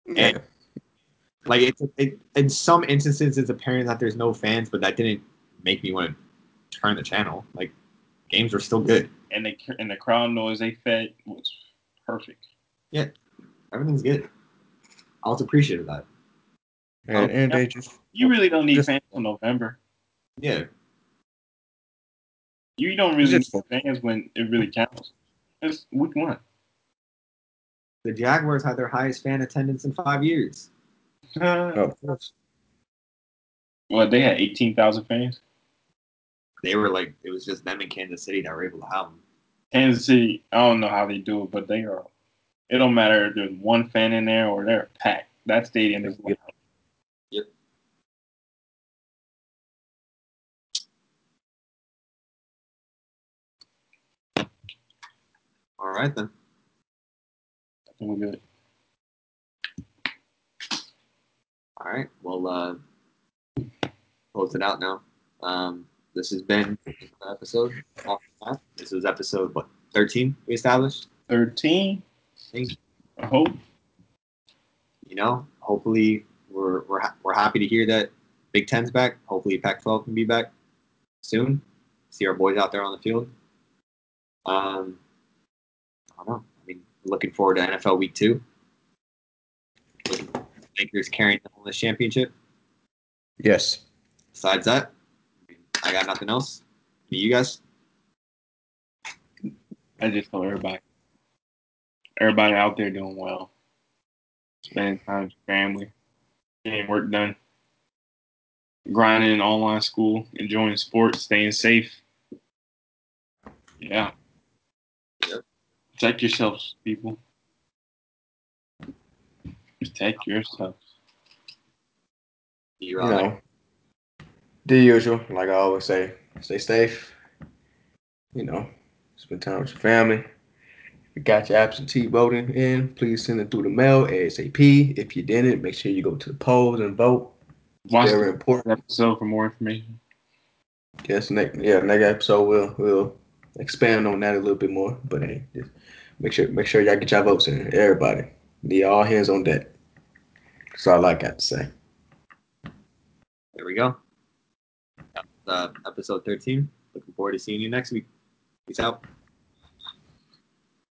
Speaker 4: Yeah.
Speaker 1: Like it's it, in some instances, it's apparent that there's no fans, but that didn't make me want to turn the channel. Like games were still good.
Speaker 2: And the and the crowd noise they fed was perfect.
Speaker 1: Everything's good. I was appreciative of that.
Speaker 3: And, and they just
Speaker 2: You really don't need
Speaker 3: Just-
Speaker 2: fans in November.
Speaker 1: Yeah.
Speaker 2: You don't really
Speaker 4: Just-
Speaker 2: need fans when it really counts. That's week one.
Speaker 1: The Jaguars had their highest fan attendance in five years.
Speaker 4: Oh.
Speaker 3: no.
Speaker 2: Well, they had eighteen thousand fans.
Speaker 1: They were like, it was just them in Kansas City that were able to have them.
Speaker 2: Kansas City, I don't know how they do it, but they are. It don't matter if there's one fan in there or they're packed. That stadium is loud.
Speaker 1: All right then.
Speaker 2: I think we're good.
Speaker 1: All right. Well, uh, close it out now. Um, this has been an episode. off the top. This was episode what thirteen we established.
Speaker 2: Thirteen,
Speaker 1: Thank you.
Speaker 2: I hope.
Speaker 1: You know, hopefully we're we're ha- we're happy to hear that Big Ten's back. Hopefully Pac-12 can be back soon. See our boys out there on the field. Um, I don't know. I mean, looking forward to NFL Week Two. Looking Lakers carrying the homeless championship.
Speaker 4: Yes.
Speaker 1: Besides that, I got nothing else. You guys.
Speaker 2: I just told everybody, everybody out there doing well, spending time with family, getting work done, grinding in online school, enjoying sports, staying safe. Yeah.
Speaker 1: Yep.
Speaker 2: Protect yourselves, people. Protect yourselves.
Speaker 1: You're
Speaker 3: you
Speaker 1: all
Speaker 3: know, the usual. Like I always say, stay safe. You know, spend time with your family. If you got your absentee voting in, please send it through the mail ASAP. If you didn't, make sure you go to the polls and vote.
Speaker 2: Watch
Speaker 3: Very
Speaker 2: the
Speaker 3: important.
Speaker 2: episode for more information.
Speaker 3: Yes, next yeah, next episode we'll we'll expand on that a little bit more. But hey, just make sure make sure y'all get y'all votes in. Everybody, need all hands on deck. That's all I got to say.
Speaker 1: There we go. That's, uh, episode 13. Looking forward to seeing you next week. Peace out.